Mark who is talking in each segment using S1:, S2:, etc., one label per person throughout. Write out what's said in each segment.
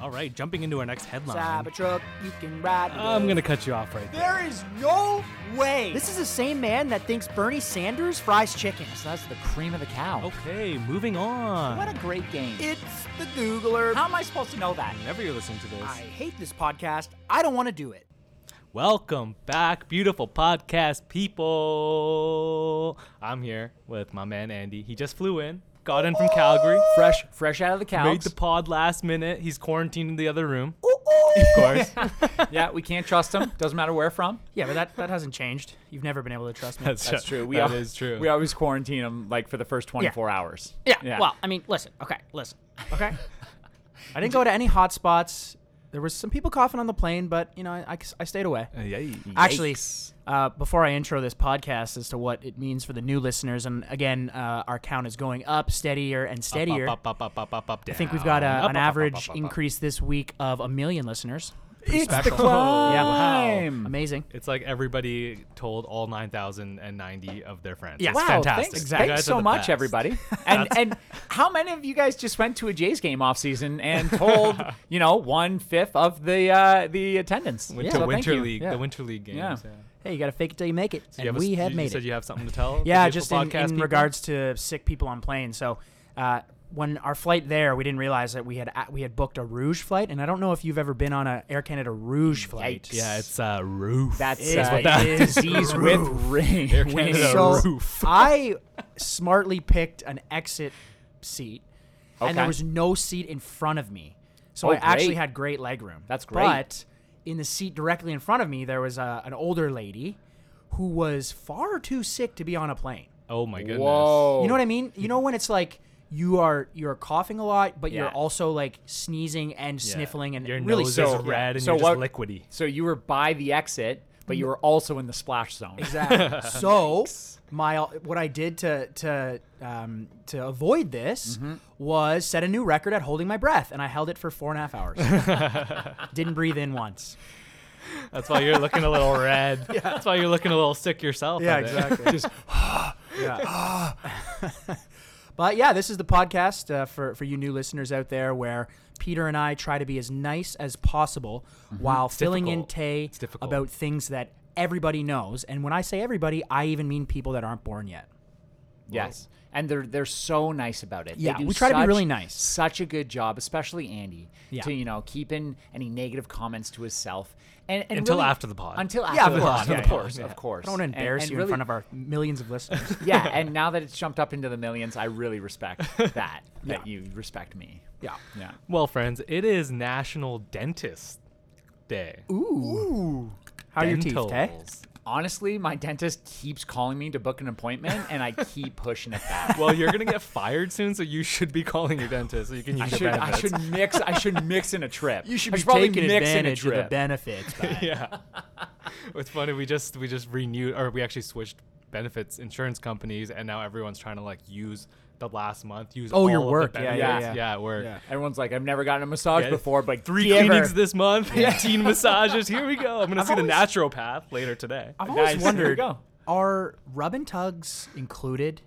S1: All right, jumping into our next headline.
S2: Cybertruck, you can ride. with
S1: I'm
S2: us.
S1: going to cut you off right there.
S2: There is no way.
S3: This is the same man that thinks Bernie Sanders fries chicken.
S4: So that's the cream of the cow.
S1: Okay, moving Oh, on.
S4: What a great game.
S2: it's the Googler.
S4: How am I supposed to know that?
S1: Whenever you're listening to this.
S3: I hate this podcast. I don't want to do it.
S1: Welcome back, beautiful podcast people. I'm here with my man Andy. He just flew in, got in from Calgary,
S4: Fresh, fresh out of the cow.
S1: made the pod last minute. He's quarantined in the other room.
S2: Oh,
S1: Of course.
S4: yeah, we can't trust him. Doesn't matter where from.
S2: Yeah, but that, that hasn't changed. You've never been able to trust me.
S4: That's true. We
S1: that
S4: al-
S1: is true.
S4: We always quarantine them like for the first 24 hours.
S2: yeah, Well, I mean, listen. Okay, listen. Okay. I didn't go to any hot spots. There was some people coughing on the plane, but you know, I, I, I stayed away.
S1: Uh, yeah,
S2: Actually, uh, before I intro this podcast as to what it means for the new listeners, and again, uh, our count is going up steadier and steadier.
S1: Up, up, up, up, up, up,
S2: I think we've got
S1: down,
S2: a,
S1: up,
S2: an
S1: up, up,
S2: average
S1: up, up, up, up.
S2: increase this week of a million listeners.
S4: it's
S1: special. Oh,
S4: the climb.
S2: Amazing.
S1: It's like everybody told all 9,090 of their friends.
S2: Yeah.
S1: It's
S2: Wow,
S1: fantastic.
S4: Thanks,
S2: Exactly.
S1: You
S4: thanks
S1: guys are
S4: so
S1: the
S4: much,
S1: best.
S4: everybody. And and how many of you guys just went to a Jays game off season and told you know one fifth of the uh, the attendance?
S1: Went
S4: Yeah.
S1: to
S4: So thank
S1: Winter
S4: you.
S1: League,
S4: Yeah.
S1: the Winter League games.
S4: Yeah.
S1: Yeah.
S4: So you
S3: Hey, you got to fake it till you make it.
S1: You
S3: and
S1: a-
S3: we
S1: you,
S3: have
S1: you
S3: made
S1: said
S3: it.
S1: you have something to tell? the
S2: Yeah,
S1: beautiful
S2: just in,
S1: podcast
S2: in
S1: people?
S2: regards to sick people on planes. So, uh, when our flight there, we didn't realize that we had a- we had booked a Rouge flight, and I don't know if you've ever been on a Air Canada Rouge flight.
S1: Yeah, it's uh, roof.
S4: That's
S2: Is
S4: uh,
S2: what that is.
S4: disease with ring.
S1: Canada Oh,
S4: wings.
S1: So-
S2: roof. I smartly picked an exit seat, and there
S4: Okay.
S2: was no seat in front of me, so
S4: Oh,
S2: I actually
S4: great.
S2: had great leg room.
S4: That's great.
S2: But in the seat directly in front of me, there was a, an older lady who was far too sick to be on a plane.
S1: Oh my goodness.
S4: Whoa.
S2: You know what I mean? You know when it's like you are you're coughing a lot, but you're
S4: Yeah.
S2: also like sneezing and
S1: Yeah.
S2: sniffling and
S1: your
S2: really
S1: nose
S2: sick.
S1: is
S4: so-
S1: red and
S4: so
S1: you're
S4: what-
S1: just liquidy.
S4: So you were by the exit, but you were also in the splash zone.
S2: Exactly. so my what I did to to um, to avoid this
S1: Mm-hmm.
S2: was set a new record at holding my breath, and I held it for four and a half hours. Didn't breathe in once.
S1: That's why you're looking a little red. That's why you're looking a little sick yourself. I bet.
S2: uh, Just yeah. But yeah, this is the podcast uh, for for you new listeners out there, where Peter and I try to be as nice as possible while filling
S1: Mm-hmm.
S2: in
S1: difficult.
S2: Tay
S1: It's difficult.
S2: about things that everybody knows. And when I say everybody, I even mean people that aren't born yet.
S4: Yes. And they're they're so nice about it. They
S2: Yeah,
S4: do
S2: we try to be really
S4: such-
S2: nice.
S4: Such a good job, especially Andy,
S2: Yeah.
S4: to you know keeping any negative comments to himself, and, and
S1: Until
S4: really-
S1: after the pod.
S4: Until after
S2: Yeah,
S4: the
S2: of course,
S4: pod,
S2: of
S4: of
S1: course,
S4: course,
S1: yeah.
S4: of course.
S2: I don't want to embarrass you in front of our millions of listeners.
S4: yeah, and now that it's jumped up into the millions, I really respect that. That you respect me.
S2: yeah.
S4: Yeah.
S1: Well, friends, it is National Dentist Day. Ooh,
S2: How are your teeth, Tay?
S4: Honestly, my dentist keeps calling me to book an appointment, and I keep pushing it back.
S1: Well, you're gonna get fired soon, so you should be calling your dentist so you can use
S4: I
S1: your
S4: should, I
S1: benefits.
S4: should mix. I should mix in a trip. I
S2: taking advantage of the benefits.
S1: yeah. It's funny. We just we just renewed, or we actually switched benefits insurance companies, and now everyone's trying to like use the last month. Use
S2: Oh, your
S1: all of the
S2: work. Yeah, yeah,
S1: benefits.
S2: yeah.
S1: yeah, work.
S2: Yeah.
S4: Everyone's like, I've never gotten a massage
S1: Yeah.
S4: before, but
S1: Three
S4: give her-
S1: cleanings this month, 18 massages. Here we go. I'm gonna see the naturopath later today.
S2: I've always
S4: Nice. There you
S2: wondered:
S4: go.
S2: Are rub and tugs included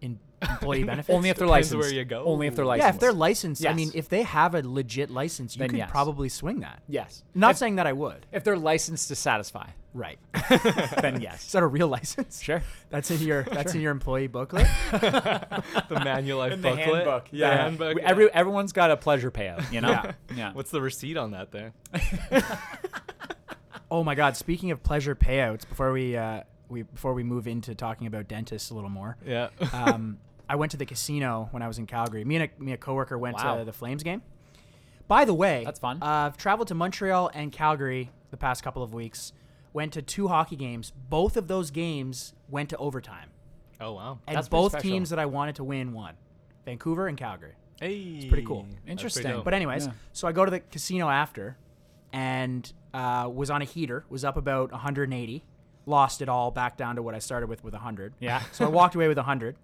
S2: in employee benefits?
S4: Only if they're
S1: Depends
S4: licensed.
S1: where you go.
S4: Only if they're
S1: Yeah,
S4: licensed.
S2: yeah, if they're licensed. I
S4: Yes.
S2: mean, if they have a legit license, you
S4: Then
S2: could
S4: yes.
S2: probably swing that.
S4: yes.
S2: Not
S4: if,
S2: saying that I would.
S4: if they're licensed to satisfy,
S2: Right.
S4: then
S2: Is
S4: yes.
S2: that a real license?
S4: Sure.
S2: That's in your that's in your employee booklet.
S1: The Manulife
S4: In the
S1: booklet.
S4: handbook,
S1: The
S4: yeah.
S1: handbook,
S4: We-
S1: yeah.
S4: Every everyone's got a pleasure payout, you know. yeah.
S1: What's the receipt on that there?
S2: oh my God! Speaking of pleasure payouts, before we uh, we before we move into talking about dentists a little more,
S1: Yeah.
S2: um, I went to the casino when I was in Calgary. Me and a, me and a coworker went
S4: Wow.
S2: to the Flames game. By the way,
S4: That's fun.
S2: Uh, I've traveled to Montreal and Calgary the past couple of weeks. Went to two hockey games. Both of those games went to overtime,
S1: oh wow.
S2: and
S4: That's pretty
S2: both
S4: special.
S2: teams that I wanted to win won. Vancouver and Calgary.
S1: Hey. It's
S2: pretty cool.
S4: Interesting.
S2: But anyways,
S4: Yeah.
S2: so I go to the casino after, and uh, was on a heater. Was up about 180. Lost it all back down to what I started with with 100.
S4: Yeah.
S2: So I walked away with 100.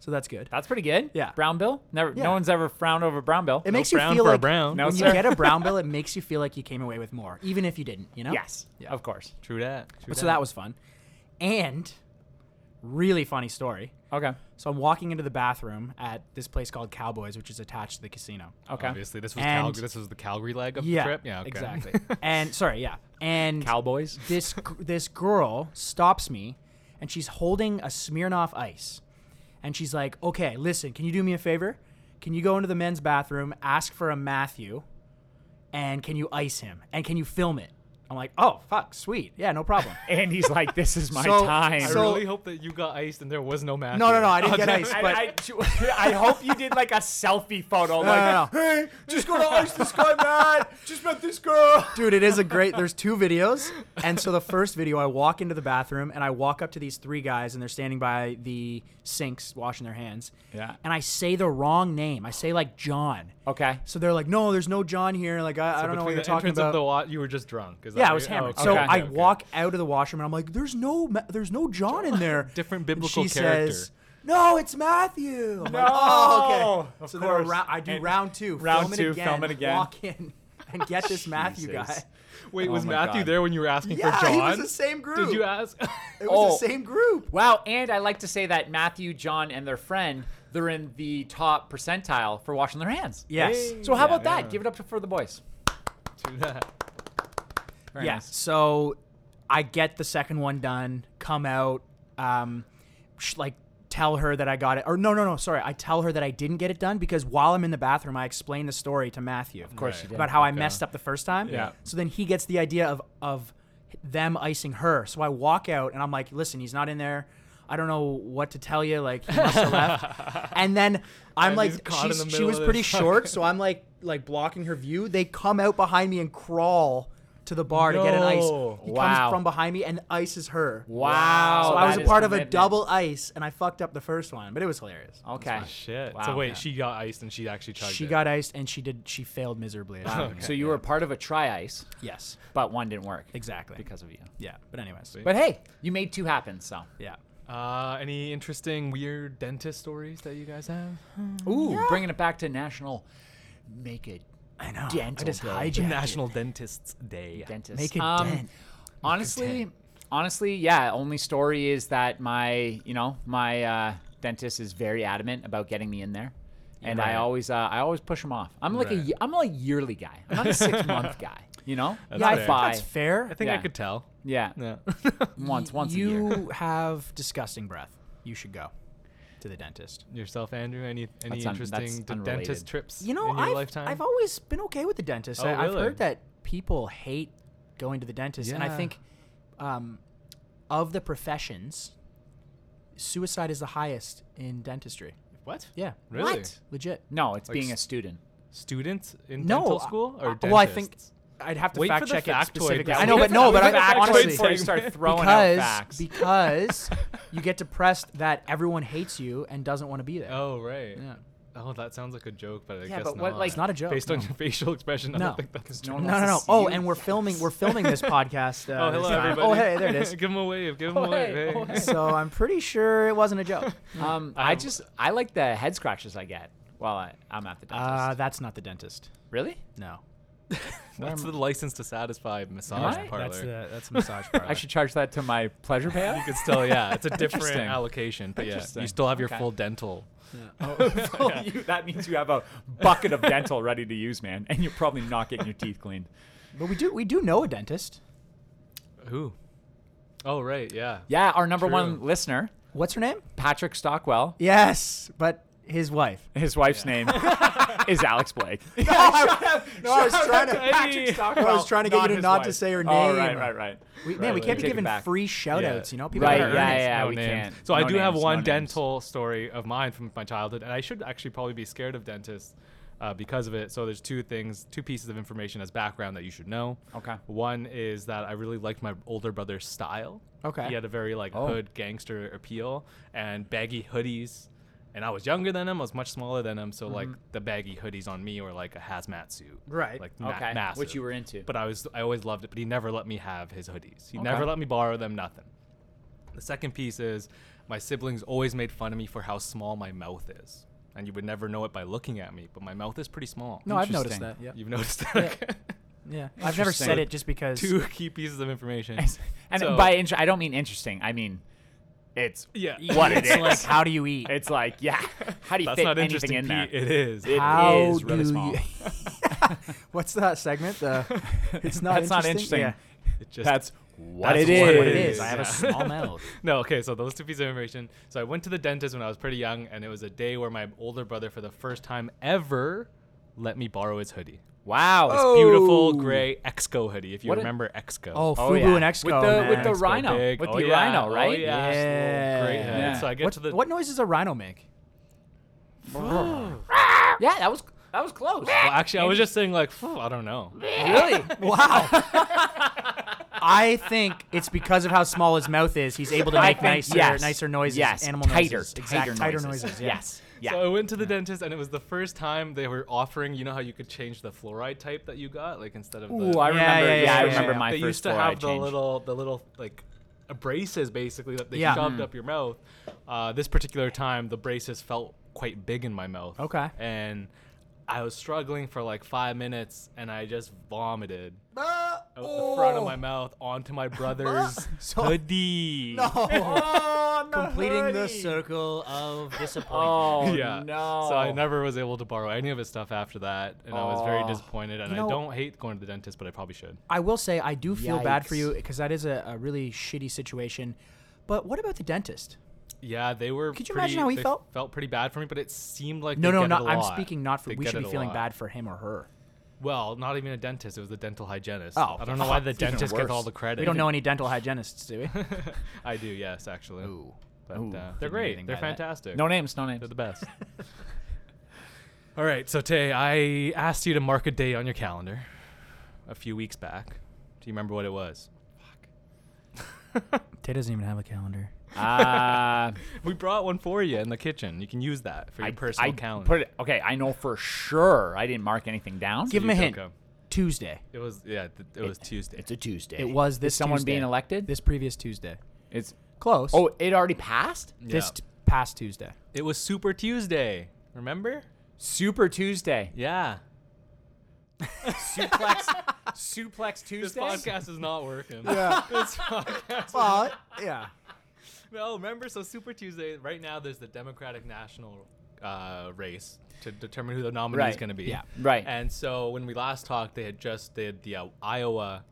S2: So that's good.
S4: That's pretty good.
S2: Yeah.
S4: Brown bill. Never.
S2: Yeah.
S4: No one's ever frowned over brown bill.
S2: It makes
S1: brown
S2: you feel
S1: for a
S2: like
S1: brown.
S4: No,
S2: when
S4: sir.
S2: you get a brown bill, it makes you feel like you came away with more, even if you didn't. You know.
S4: yes. Of course.
S1: True that. True
S2: But so that was fun, and really funny story.
S4: Okay.
S2: So I'm walking into the bathroom at this place called Cowboys, which is attached to the casino.
S4: Okay.
S1: Obviously, this was
S2: And-
S1: Calgary. This was the Calgary leg of
S2: yeah,
S1: the trip. Yeah, okay.
S2: exactly. and sorry, yeah, and
S4: Cowboys.
S2: this g- this girl stops me, and she's holding a Smirnoff Ice, and she's like, "Okay, listen, can you do me a favor? Can you go into the men's bathroom, ask for a Matthew, and can you ice him, and can you film it?" I'm like, "Oh, fuck, sweet, yeah, no problem."
S4: And he's like, "This is my
S2: So-
S4: time."
S1: I
S2: so-
S1: really hope that you got iced and there was no match.
S2: no, no, no, I didn't get ice,
S4: I,
S2: but.
S4: I- I hope you did like a selfie photo. Like,
S2: no, no.
S4: hey, just go to ice this guy, man. Just met this girl.
S2: Dude, it is a great. There's two videos, and so the first video, I walk into the bathroom and I walk up to these three guys, and they're standing by the sinks washing their hands.
S4: Yeah.
S2: And I say the wrong name. I say like John.
S4: Okay.
S2: So they're like, "No, there's no John here." Like I, I don't know what you're talking about.
S1: The wa- you were just drunk. Is that
S2: yeah,
S1: what
S2: I was
S1: you- oh,
S2: hammered.
S1: okay,
S2: So
S1: okay,
S2: I
S1: okay.
S2: walk out of the washroom and I'm like, "There's no, Ma- there's no John in there."
S1: Different
S2: And
S1: biblical
S2: she
S1: character.
S2: Says, no, it's Matthew. I'm like,
S4: No,
S2: oh, okay.
S4: of
S2: so then I
S4: course.
S2: ra- I do
S4: And
S2: round two.
S4: round
S2: film
S4: two,
S2: it again,
S4: film it again.
S2: Walk in and get this Matthew
S4: Jesus.
S2: guy.
S1: Wait,
S4: Oh
S1: was
S4: my
S1: Matthew
S4: God.
S1: there when you were asking
S2: Yeah,
S1: for John?
S2: he was the same group.
S1: Did you ask?
S2: It was
S4: Oh.
S2: the same group.
S4: Wow. And I like to say that Matthew, John, and their friend they're in the top percentile for washing their hands.
S2: Yes.
S4: So how
S1: Yeah,
S4: about that?
S1: yeah.
S4: Give it up to- for the boys.
S1: Do
S2: Ah,
S1: that.
S4: Very
S2: Yeah.
S4: nice.
S2: So I get the second one done, come out, um, sh- like tell her that I got it. Or no, no, no, sorry. I tell her that I didn't get it done because while I'm in the bathroom, I explain the story to Matthew. Of
S1: course you did.
S2: About how I
S1: Okay.
S2: messed up the first time.
S1: Yeah.
S2: So then he gets the idea of, of them icing her. So I walk out and I'm like, listen, he's not in there. I don't know what to tell you. Like he must have left. And then I'm
S1: And
S2: like,
S1: he's caught in
S2: she's-
S1: the
S2: she
S1: middle
S2: was
S1: of
S2: pretty
S1: this.
S2: short, so I'm like like blocking her view. They come out behind me and crawl to the bar to get an ice.
S1: No.
S2: He
S4: Wow.
S2: comes from behind me and ices her.
S4: Wow.
S2: So I was
S4: that
S2: a
S4: is
S2: part of a
S4: commitment.
S2: double ice, and I fucked up the first one, but it was hilarious.
S4: Okay.
S1: Ah, Shit.
S4: Wow.
S1: so wait,
S4: Yeah.
S1: she got iced and she actually chugged
S2: She
S1: it.
S2: got iced, and she did. She failed miserably.
S4: Wow. So you were a part of a try ice,
S2: Yes,
S4: but one didn't work
S2: exactly.
S4: because of you.
S2: yeah, but anyways,
S4: But hey, you made two happen. So
S2: yeah.
S1: Uh, any interesting weird dentist stories that you guys have?
S2: Mm.
S4: ooh, bringing it back to national, make it
S2: I know. I
S4: Dental
S2: just
S4: day.
S2: hijacked
S1: National Dentists Day.
S4: dentist.
S2: Make a dent.
S4: Um, Honestly, honestly, yeah. Only story is that my, you know, my uh, dentist is very adamant about getting me in there, and I
S1: Right.
S4: always, uh, I always push him off. I'm like a
S1: Right.
S4: ye- I'm a yearly guy. I'm not a six month guy. You know,
S1: That's
S2: Yeah, I
S1: fair.
S2: think
S4: Bye.
S2: that's fair.
S1: I think I
S4: Yeah.
S1: could tell.
S4: yeah,
S1: Yeah.
S4: once, once a year.
S2: you have disgusting breath. You should go to the dentist.
S1: Yourself, Andrew. Any any
S4: That's un- that's
S1: interesting d-
S4: unrelated.
S1: dentist trips
S2: You know,
S1: in your
S2: I've,
S1: lifetime?
S2: I've always been okay with the dentist.
S1: Oh,
S2: I, I've
S1: really?
S2: heard that people hate going to the dentist, and I
S1: Yeah.
S2: think um, of the professions, suicide is the highest in dentistry.
S1: what?
S2: Yeah,
S1: Really?
S2: legit.
S4: No, it's
S1: Like
S4: being a
S1: s-
S4: student.
S1: Students in
S2: No,
S1: dental
S2: I-
S1: school or
S2: I-
S1: dentists?
S2: well, I think I'd have to
S1: Wait for
S2: fact
S1: the
S2: check it
S1: factoid,
S2: specifically.
S1: guys.
S2: I know,
S1: Wait
S2: but
S1: for
S2: no,
S1: the
S2: but I,
S1: factoid
S2: honestly,
S4: before you start throwing out
S2: because
S4: facts.
S2: because you get depressed that everyone hates you and doesn't want to be there.
S1: Oh right.
S2: Yeah.
S1: Oh, that sounds like a joke, but I
S4: Yeah,
S1: guess
S4: but
S1: not.
S4: what, like-
S2: It's not a joke,
S1: Based on
S2: no.
S1: your facial expression, I
S2: No.
S1: don't think that's true.
S4: no one
S2: No, no, no.
S4: wants to see
S2: Oh,
S4: you.
S2: and we're filming. We're filming this podcast. Uh,
S1: oh, hello
S2: this time.
S1: everybody.
S2: Oh, hey, there it is.
S1: give him a wave. Give him
S4: Oh,
S1: a wave.
S4: hey, oh, hey.
S2: so I'm pretty sure it wasn't a joke.
S4: Um, I just I like the head scratches I get while I, I'm at the dentist.
S2: Uh, that's not the dentist.
S4: really?
S2: No.
S1: That's the license to satisfy massage
S4: Am I?
S1: parlor.
S2: that's a massage parlor.
S4: I should charge that to my pleasure payout.
S1: you could still, yeah, it's a different
S4: Interesting.
S1: allocation, but yeah,
S4: Interesting.
S1: you still have your
S4: Okay.
S1: full dental.
S4: You- that means you have a bucket of dental ready to use, man, and you're probably not getting your teeth cleaned.
S2: But we do we do know a dentist.
S1: Who? Oh right, yeah.
S4: Yeah, our number
S1: True.
S4: one listener,
S2: What's her name?
S4: Patrick Stockwell.
S2: Yes, but his wife.
S4: His wife's name is Alex Blake.
S2: No, I, no, I was trying to.
S1: Patrick
S4: Stockwell.
S2: I was trying to get you to not to say her
S4: Oh,
S2: name.
S4: right, right, right.
S2: We, man, we
S1: right.
S2: can't be
S4: Take it
S2: giving
S4: back.
S2: free shout outs, you know? People
S4: Right,
S2: gotta earn
S4: yeah,
S2: it.
S4: yeah.
S1: no
S4: we
S1: names.
S4: can't.
S1: So I
S4: No
S1: do have
S4: names,
S1: one
S4: no names.
S1: dental story of mine from my childhood, and I should actually probably be scared of dentists uh, because of it. So there's two things, two pieces of information as background that you should know.
S4: Okay.
S1: One is that I really liked my older brother's style.
S2: Okay.
S1: He had a very like
S4: Oh.
S1: hood gangster appeal and baggy hoodies. And I was younger than him. I was much smaller than him. So like
S4: Mm-hmm.
S1: the baggy hoodies on me were like a hazmat suit.
S2: Right.
S1: Like ma-
S4: Okay,
S1: massive.
S4: which you were into.
S1: But I was I always loved it. But he never let me have his hoodies. He
S4: Okay.
S1: never let me borrow them. Nothing. The second piece is my siblings always made fun of me for how small my mouth is. And you would never know it by looking at me, but my mouth is pretty small.
S2: No, I've noticed that.
S4: Interesting.
S2: Yeah.
S1: You've noticed that. okay.
S2: yeah. I've never
S4: Interesting.
S2: said it just because.
S1: Two key pieces of information.
S4: And
S1: So-
S4: by inter- I don't mean interesting. I mean it's
S1: Yeah.
S4: what it
S2: it's
S4: is.
S2: like how do you eat?
S4: it's like yeah. How do you
S1: That's
S4: fit
S1: not interesting.
S4: anything in there?
S1: Pete. It is.
S4: It
S2: How
S4: is really
S2: do
S4: small.
S2: you- What's that segment? The it's not
S4: That's not interesting.
S2: Yeah.
S1: It just,
S4: That's what
S1: That's
S4: it is.
S1: what
S2: It is. I have
S1: Yeah.
S2: a small mouth.
S1: no, okay, so those two pieces of information. So I went to the dentist when I was pretty young, and it was a day where my older brother, for the first time ever, let me borrow his hoodie.
S4: Wow. it's
S1: This beautiful
S4: Oh.
S1: gray Exco hoodie, if you
S4: What a-
S1: remember Exco.
S2: Oh, Fubu
S4: Oh, yeah.
S2: and Exco.
S4: With the-
S2: man.
S4: with the
S1: Exco
S4: rhino,
S1: big.
S4: with
S1: Oh,
S4: the
S1: yeah.
S4: rhino,
S1: Oh,
S4: right?
S1: yeah. this little Great head.
S4: Yeah.
S1: So I get
S2: What,
S1: to the
S2: what noise does a rhino make?
S4: Yeah, that was that was close.
S1: Well, actually, I was just saying like, "Phew, I don't know.
S2: Really? wow. I think it's because of how small his mouth is, he's able to
S4: I
S2: make
S4: think-
S2: nicer,
S4: yes.
S2: nicer noises,
S4: Yes.
S2: animal
S4: tighter,
S2: noises,
S4: tighter
S2: Exact- tighter
S4: noises.
S2: noises. yeah.
S4: Yes. Yeah.
S1: So I went to the dentist, and it was the first time they were offering. You know how you could change the fluoride type that you got, like instead of the
S4: Ooh,
S2: Yeah,
S4: I remember. Yeah,
S2: yeah,
S4: I
S2: yeah,
S4: remember
S2: yeah.
S4: my
S1: they
S4: first
S1: used to
S4: fluoride
S1: have the
S4: change.
S1: little the little like uh, braces basically that they
S2: Yeah.
S1: shoved
S4: Mm-hmm.
S1: up your mouth. Uh, this particular time, the braces felt quite big in my mouth.
S2: Okay.
S1: and I was struggling for like five minutes, and I just vomited
S2: Uh,
S1: out
S2: oh.
S1: the front of my mouth onto my brother's
S2: So-
S1: hoodie.
S2: Oh, Completing the circle of disappointment.
S4: Oh
S1: yeah.
S4: no.
S1: So I never was able to borrow any of his stuff after that, and I was very
S4: Oh.
S1: disappointed. And
S2: You know-
S1: I don't hate going to the dentist, but I probably should.
S2: I will say I do feel bad for
S4: Yikes.
S2: you because that is a, a really shitty situation. But what about the dentist?
S1: Yeah, they were.
S2: Could you
S1: pretty-
S2: imagine how he
S1: they
S2: felt?
S1: Felt pretty bad for me, but it seemed like
S2: No,
S1: they
S2: no,
S1: get
S2: not.
S1: it a
S2: I'm
S1: lot.
S2: speaking not for.
S1: They
S2: we
S1: get
S2: should
S1: it
S2: be
S1: a
S2: feeling
S1: lot.
S2: bad for him or her.
S1: Well, not even a dentist. It was the dental hygienist.
S2: Oh,
S1: I don't know why the
S4: even
S1: dentist gets all
S4: worse.
S1: the credit.
S2: We don't know any dental hygienists, do we?
S1: I do. Yes, actually.
S4: Ooh.
S1: But,
S4: Ooh,
S1: uh,
S4: didn't
S1: they're
S4: mean
S1: great.
S4: anything
S1: They're
S4: by that.
S1: fantastic.
S4: No names. No names.
S1: they're the best. all right, so Tay, I asked you to mark a day on your calendar a few weeks back. Do you remember what it was?
S2: Tay doesn't even have a calendar.
S4: Uh,
S1: We brought one for you in the kitchen. You can use that for your
S4: I,
S1: personal
S4: I
S1: calendar.
S4: Put it, okay, I know for sure I didn't mark anything down.
S2: Give him a
S1: You
S2: hint.
S1: took a-
S2: Tuesday.
S1: It was yeah. Th- it, was Tuesday.
S3: It's a Tuesday.
S2: It was this
S4: Is someone
S2: Tuesday.
S4: being elected?
S2: this previous Tuesday.
S4: It's
S2: Close.
S4: oh, it already passed.
S1: Yeah.
S2: this t- past Tuesday.
S1: it was Super Tuesday. Remember?
S4: Super Tuesday.
S1: Yeah.
S4: Suplex. Suplex
S1: This
S4: Tuesday.
S1: podcast is not working. This podcast.
S2: Well, yeah.
S1: No, remember? So Super Tuesday. Right now, there's the Democratic National uh, race to determine who the nominee is
S4: Right.
S1: going to be.
S2: Yeah.
S4: Right.
S1: And so when we last talked, they had just they had the uh, Iowa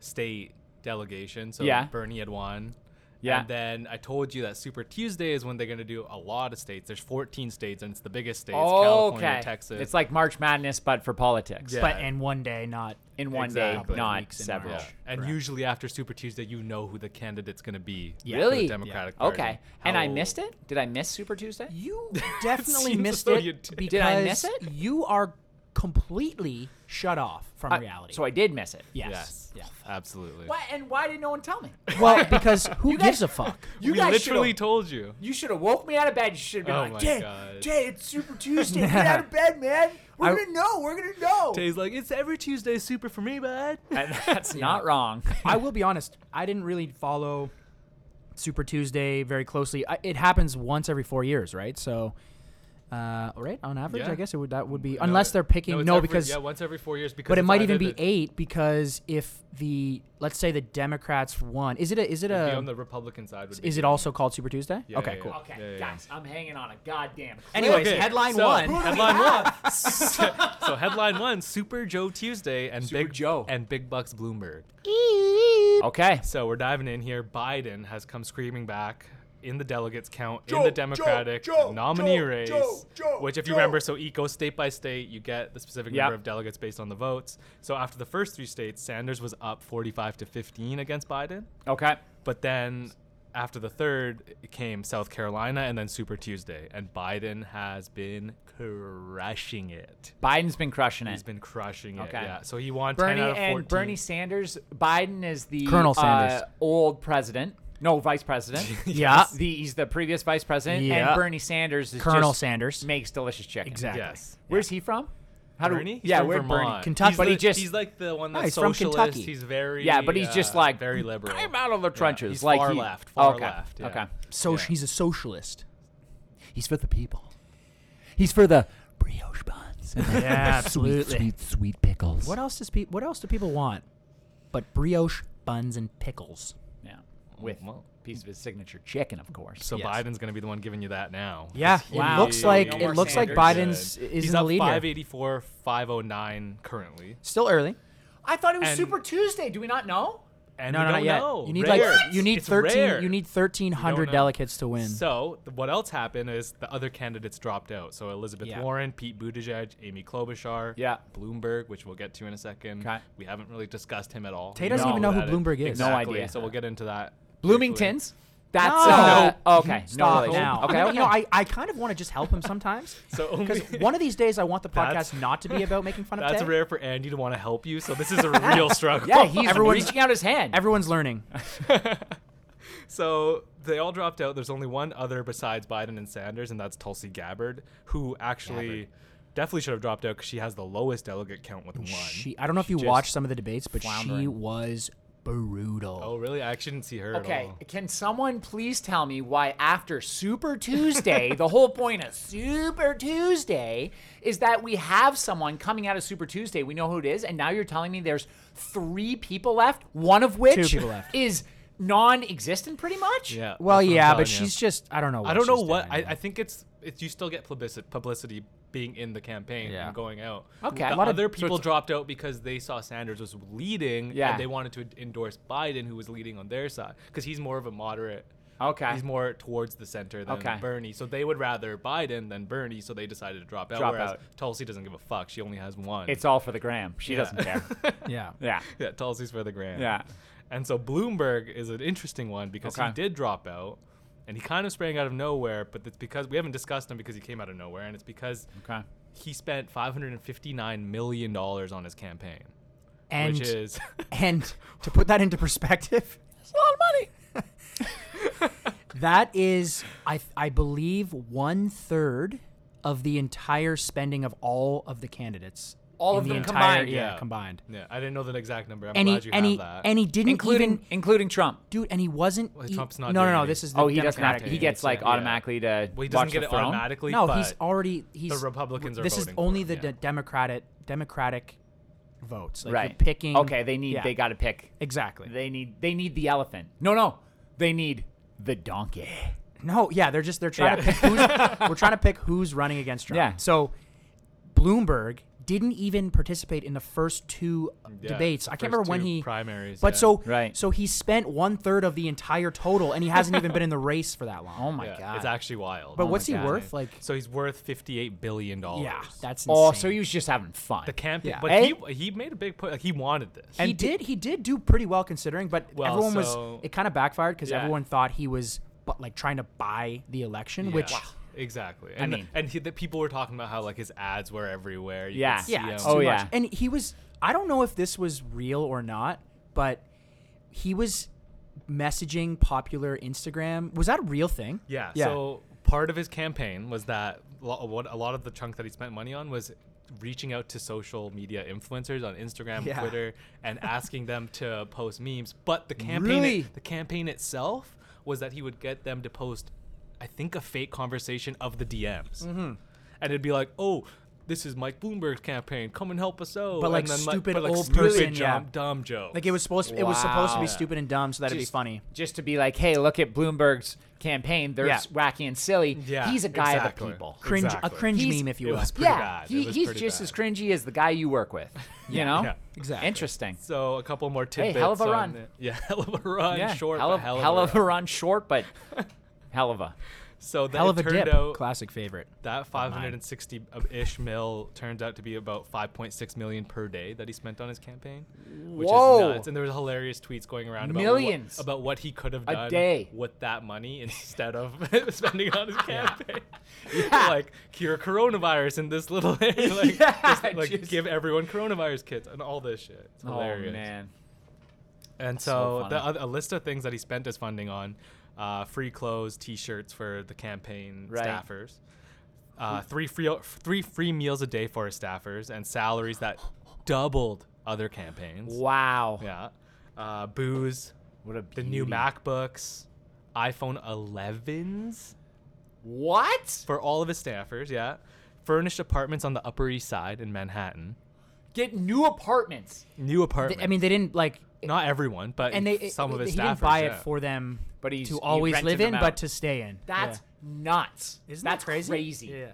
S1: state delegation. So
S4: Yeah.
S1: Bernie had won.
S4: Yeah.
S1: And then I told you that Super Tuesday is when they're going to do a lot of states. There's 14 states, and it's the biggest states: California,
S4: Oh, okay.
S1: Texas.
S4: It's like March Madness, but for politics.
S1: Yeah.
S2: But in one day, not.
S4: In one
S1: Exactly.
S4: day, not
S2: Weeks in
S4: several.
S1: Yeah.
S2: March.
S1: And usually after Super Tuesday, you know who the candidate's going to be.
S4: Yeah.
S1: for
S4: Really?
S1: The Democratic Party.
S4: Okay. And I
S1: How-
S4: missed it. Did I miss Super Tuesday?
S2: You definitely
S1: seems as
S2: missed
S1: though
S2: it
S1: you did.
S2: because
S4: Did I miss it?
S2: you are completely shut off from
S4: Uh,
S2: reality.
S4: So I did miss it.
S2: yes.
S1: Yes. Absolutely.
S4: Why, and why did no one tell me?
S2: Yeah. Well, because who
S4: You guys-
S2: gives a fuck?
S4: You
S1: we
S4: guys
S1: literally
S4: should've-
S1: told you.
S4: you should have woke me out of bed. You should have been
S1: Oh my
S4: like, Jay,
S1: God.
S4: Jay, it's Super Tuesday. Get out of bed, man. We're
S2: I-
S4: gonna know. We're gonna know.
S1: Tay's like, it's every Tuesday super for me, bud.
S4: And that's not wrong.
S2: I will be honest. I didn't really follow Super Tuesday very closely. I, it happens once every four years, right? So, uh, right on average,
S1: Yeah.
S2: I guess it would that would be unless they're picking no,
S1: it's every-
S2: because
S1: yeah, once every four years. Because
S2: but it
S1: it's
S2: might even
S1: either
S2: be
S1: the-
S2: eight because if the let's say the Democrats won, is it a, is it
S1: it'd be
S2: a
S1: on the Republican side. Would be
S2: is it
S1: the-
S2: also called Super Tuesday?
S1: Yeah,
S2: okay,
S1: yeah,
S2: cool.
S1: yeah.
S4: Okay,
S1: Yeah, yeah, yeah.
S4: guys, I'm hanging on a goddamn. clip.
S2: Anyways,
S1: Okay,
S2: headline
S1: so-
S2: one.
S1: Headline one. so so headline one: Super Joe Tuesday and
S4: Super
S1: Big
S4: Joe.
S1: and Big Bucks Bloomberg.
S4: Okay.
S1: So we're diving in here. Biden has come screaming back in the delegates count in the Democratic nominee race, which, if you remember, so it goes state by state. You get the specific
S4: Yep.
S1: number of delegates based on the votes. So after the first three states, Sanders was up 45 to 15 against Biden.
S4: Okay.
S1: But then after the third it came South Carolina and then Super Tuesday, and Biden has been crushing it.
S4: Biden's been crushing
S1: He's
S4: it.
S1: been crushing it.
S4: Eh. Okay.
S1: Yeah. So he won 10
S4: Bernie
S1: out of 14.
S4: and Bernie Sanders. Biden is the
S2: Colonel
S4: uh,
S2: Sanders.
S4: old president. No, vice president.
S2: Yeah.
S4: The, he's the previous vice president,
S2: Yeah.
S4: and Bernie Sanders is
S2: Colonel
S4: just
S2: Sanders.
S4: makes delicious chicken.
S2: Exactly.
S1: Yes.
S4: Where's he from? How
S1: Bernie?
S4: Do,
S1: He's
S4: yeah,
S1: from
S4: where Bernie?
S1: Vermont.
S2: Kentucky.
S1: He's
S2: But
S1: the,
S2: he just-
S1: he's like the one
S2: No,
S1: that's
S2: he's from
S1: socialist.
S2: Kentucky.
S1: He's very
S4: Yeah, but he's just
S1: uh,
S4: like
S1: very liberal.
S4: I'm out of the trenches.
S1: he's
S4: like
S1: far
S4: he-
S1: left, far
S4: okay.
S1: left, yeah.
S4: Okay.
S2: So
S1: Yeah.
S2: he's a socialist.
S5: He's for the people. He's for the brioche buns.
S2: Yeah, absolutely.
S5: Sweet, sweet pickles.
S2: What else does pe- What else do people want? But brioche buns and pickles.
S4: Yeah. With
S1: Well,
S4: piece of his signature chicken, of course.
S1: So
S2: Yes.
S1: Biden's going to be the one giving you that now.
S2: Yeah,
S4: Wow.
S2: it looks like
S4: No
S2: it
S4: more
S2: looks like
S4: Sanders.
S2: Biden's is
S1: He's
S2: in the
S1: up
S2: lead here.
S1: 584, 509 currently.
S2: Still early.
S4: I thought it was
S1: And-
S4: Super Tuesday. Do we not know?
S1: And
S2: No,
S1: we
S2: no,
S1: don't
S2: not yet.
S1: know.
S2: You need
S1: Rare.
S2: like you need
S1: It's
S2: thirteen.
S1: rare.
S2: You need thirteen
S1: We
S2: hundred
S1: don't know.
S2: delegates to win.
S1: So th- what else happened is the other candidates dropped out. So Elizabeth
S2: Yeah.
S1: Warren, Pete Buttigieg, Amy Klobuchar,
S4: Yeah.
S1: Bloomberg, which we'll get to in a second.
S4: 'Kay.
S1: We haven't really discussed him at all.
S2: Tay doesn't
S4: No. even know
S2: who
S1: that
S2: Bloomberg is.
S4: No
S1: Exactly.
S4: idea.
S1: So we'll get into that.
S4: Bloomingtons. That's
S2: No.
S4: uh, okay.
S2: Stop
S4: no relation.
S2: now.
S4: Okay.
S2: I mean,
S4: okay.
S2: You know, I, I kind of want to just help him sometimes.
S1: So
S2: Because
S1: only-
S2: one of these days, I want the
S1: That's-
S2: podcast not to be about making fun of
S1: That's
S2: Tay.
S1: rare for Andy to want to help you. So this is a real struggle.
S4: yeah, he's
S2: Everyone's-
S4: reaching out his hand.
S2: Everyone's learning.
S1: So they all dropped out. There's only one other besides Biden and Sanders, and that's Tulsi Gabbard, who actually definitely should have dropped out because she has the lowest delegate count with one.
S2: She, I don't know if you
S1: just
S2: watched some of the debates, but she
S4: floundering.
S2: was brutal.
S1: Oh, really? I actually didn't see her at
S4: Okay,
S1: all.
S4: can someone please tell me why after Super Tuesday, the whole point of Super Tuesday is that we have someone coming out of Super Tuesday, we know who it is, and now you're telling me there's three people left, one of which
S2: people left.
S4: is non-existent pretty much?
S1: Yeah. that's
S2: well,
S1: what I'm
S2: yeah,
S1: telling
S2: but
S1: you.
S2: she's just I don't know. What
S1: I don't know
S2: she's
S1: what. I,
S2: doing.
S1: I think it's it's you still get publicity publicity being in the campaign
S5: Yeah.
S1: and going out.
S4: Okay.
S1: The
S4: A lot of-
S1: other
S4: so
S1: people dropped out because they saw Sanders was leading
S4: Yeah.
S1: and they wanted to endorse Biden who was leading on their side cuz he's more of a moderate.
S4: Okay.
S1: He's more towards the center than
S4: Okay.
S1: Bernie. So they would rather Biden than Bernie, so they decided to drop out
S4: Drop
S1: whereas
S4: out.
S1: Tulsi doesn't give a fuck. She only has one.
S4: It's all for the gram. She doesn't care.
S2: yeah.
S4: yeah.
S1: yeah, Tulsi's for the grand.
S4: Yeah.
S1: And so Bloomberg is an interesting one because
S4: Okay.
S1: he did drop out and he kind of sprang out of nowhere, but it's because we haven't discussed him because he came out of nowhere and it's because
S4: Okay.
S1: he spent 559 million dollars on his campaign,
S2: And
S1: which is
S2: and to put that into perspective,
S4: It's a lot of money.
S2: that is I I believe one third of the entire spending of all of the candidates. in
S4: All of
S2: the
S4: them
S2: entire,
S4: combined.
S2: Yeah,
S1: Yeah.
S2: combined.
S1: yeah, I didn't know the exact number. I'm
S2: And
S1: glad
S2: he
S1: you
S2: and he,
S1: have that.
S2: and he didn't
S4: Including
S2: even
S4: including Trump.
S2: dude, and he wasn't.
S1: Well,
S2: e-
S1: Trump's not
S2: No, no,
S1: doing
S2: no.
S1: any-
S2: This is the
S4: Oh, he doesn't
S2: Democratic
S4: have he
S1: campaign.
S4: gets like
S1: Yeah.
S4: automatically to
S1: well, he doesn't
S4: watch
S1: get
S4: the
S1: it
S4: throne.
S1: automatically.
S2: No,
S1: but
S2: he's oh already he's
S1: Republicans are
S2: This is
S1: voting for
S2: only
S1: him,
S2: the
S1: yeah.
S2: de- Democratic Democratic votes. Like
S4: right.
S2: You're picking.
S4: Okay, they need
S2: yeah,
S4: they got to pick.
S2: exactly.
S4: They need they need the elephant. No, no, they need the donkey.
S2: no, yeah, they're just they're trying to pick who's, we're trying to pick who's running against Trump.
S4: Yeah.
S2: So Bloomberg didn't even participate in the first two
S1: Yeah,
S2: debates. I
S1: the
S2: can't
S1: first
S2: remember when
S1: two
S2: he
S1: primaries,
S2: But
S1: yeah.
S2: so
S4: Right.
S2: so he spent one third of the entire total, and he hasn't even been in the race for that long.
S4: Oh my
S1: Yeah,
S4: god!
S1: it's actually wild.
S2: But what's he
S4: God.
S2: worth? Like,
S1: so he's worth 58 billion dollars.
S2: yeah, that's insane.
S4: oh, so he was just having fun.
S1: the campaign.
S2: Yeah.
S1: But
S4: Eh?
S1: he he made a big put. Like, he wanted this.
S2: he did he did do pretty well considering, but
S1: Well,
S2: everyone
S1: so-
S2: was it kind of backfired because
S1: Yeah.
S2: everyone thought he was but like trying to buy the election, which
S1: Yeah, exactly. And
S4: mean-
S1: and he, the people were talking about how like his ads were everywhere. You
S4: Yeah.
S1: could see
S2: yeah, it's
S1: him.
S4: Oh,
S2: too
S4: yeah.
S2: much. And he was I don't know if this was real or not, but he was messaging popular Instagram. Was that a real thing?
S1: Yeah,
S2: Yeah.
S1: So part of his campaign was that lo- what a lot of the chunk that he spent money on was reaching out to social media influencers on Instagram,
S2: Yeah.
S1: Twitter, and asking them to post memes. But the campaign,
S4: Really?
S1: the campaign itself was that he would get them to post, I think, a fake conversation of the DMs,
S2: Mm-hmm.
S1: and it'd be like, oh. This is Mike Bloomberg's campaign. Come and help us out.
S2: But, like,
S1: and
S2: stupid
S1: but,
S2: old
S1: stupid
S2: person, yeah.
S1: dumb, dumb joke.
S2: Like it was supposed it was supposed to
S4: Wow.
S2: be stupid and dumb so that'd be
S4: Just-
S2: funny.
S4: Just to be like, hey, look at Bloomberg's campaign. They're
S2: Yeah.
S4: wacky and silly.
S1: yeah,
S4: he's a guy
S1: exactly.
S4: of the people.
S2: Cringe a
S1: Exactly.
S2: cringe
S4: He's-
S2: meme if you
S1: It
S2: will.
S1: was pretty
S4: Yeah,
S1: bad. It
S4: he,
S1: was
S4: he's
S1: pretty
S4: just
S1: bad.
S4: as cringy as the guy you work with. You know?
S1: Yeah.
S2: Exactly.
S4: Interesting.
S1: So a couple more
S4: Hey,
S1: tidbits.
S4: hell of a
S1: on
S4: run.
S1: the- yeah, hell of a run.
S4: Yeah,
S1: Short,
S4: hell
S1: but
S4: of, hell of a run. Short, but hell of a.
S1: So then
S2: Hell
S1: it
S2: of a
S1: turned
S2: dip.
S1: out
S2: Classic favorite.
S1: that 560 of ish mil turned out to be about 5.6 million per day that he spent on his campaign, which
S4: Whoa.
S1: is nuts. And there was hilarious tweets going around about
S4: Millions.
S1: what, about what he could have
S4: A
S1: done
S4: day.
S1: with that money instead of spending on his campaign. like cure coronavirus in this little area, like,
S4: Yeah,
S1: just, like
S4: just-
S1: give everyone coronavirus kits and all this shit. It's hilarious.
S4: Oh, man.
S1: And
S4: so
S1: so, the
S4: funny.
S1: other, a list of things that he spent his funding on: uh, free clothes, T-shirts for the campaign
S4: Right.
S1: staffers, uh, three free three free meals a day for his staffers, and salaries that doubled other campaigns.
S4: Wow.
S1: Yeah, uh, booze,
S4: What a
S1: the new
S4: beauty.
S1: MacBooks, iPhone 11s
S4: What?
S1: for all of his staffers. Yeah, furnished apartments on the Upper East Side in Manhattan.
S4: Get new apartments.
S1: New
S2: Th-
S1: apartments.
S2: I mean, they didn't like
S1: Not everyone, but
S2: and they
S1: some of his
S2: he
S1: staffers.
S2: didn't buy it
S1: yeah.
S2: for them,
S4: But he's-
S2: to
S4: he
S2: always
S4: rented
S2: live
S4: them
S2: in,
S4: out.
S2: but to stay in.
S4: That's
S2: Yeah.
S4: nuts.
S2: Isn't
S4: That's
S2: that crazy?
S4: crazy.
S2: Yeah.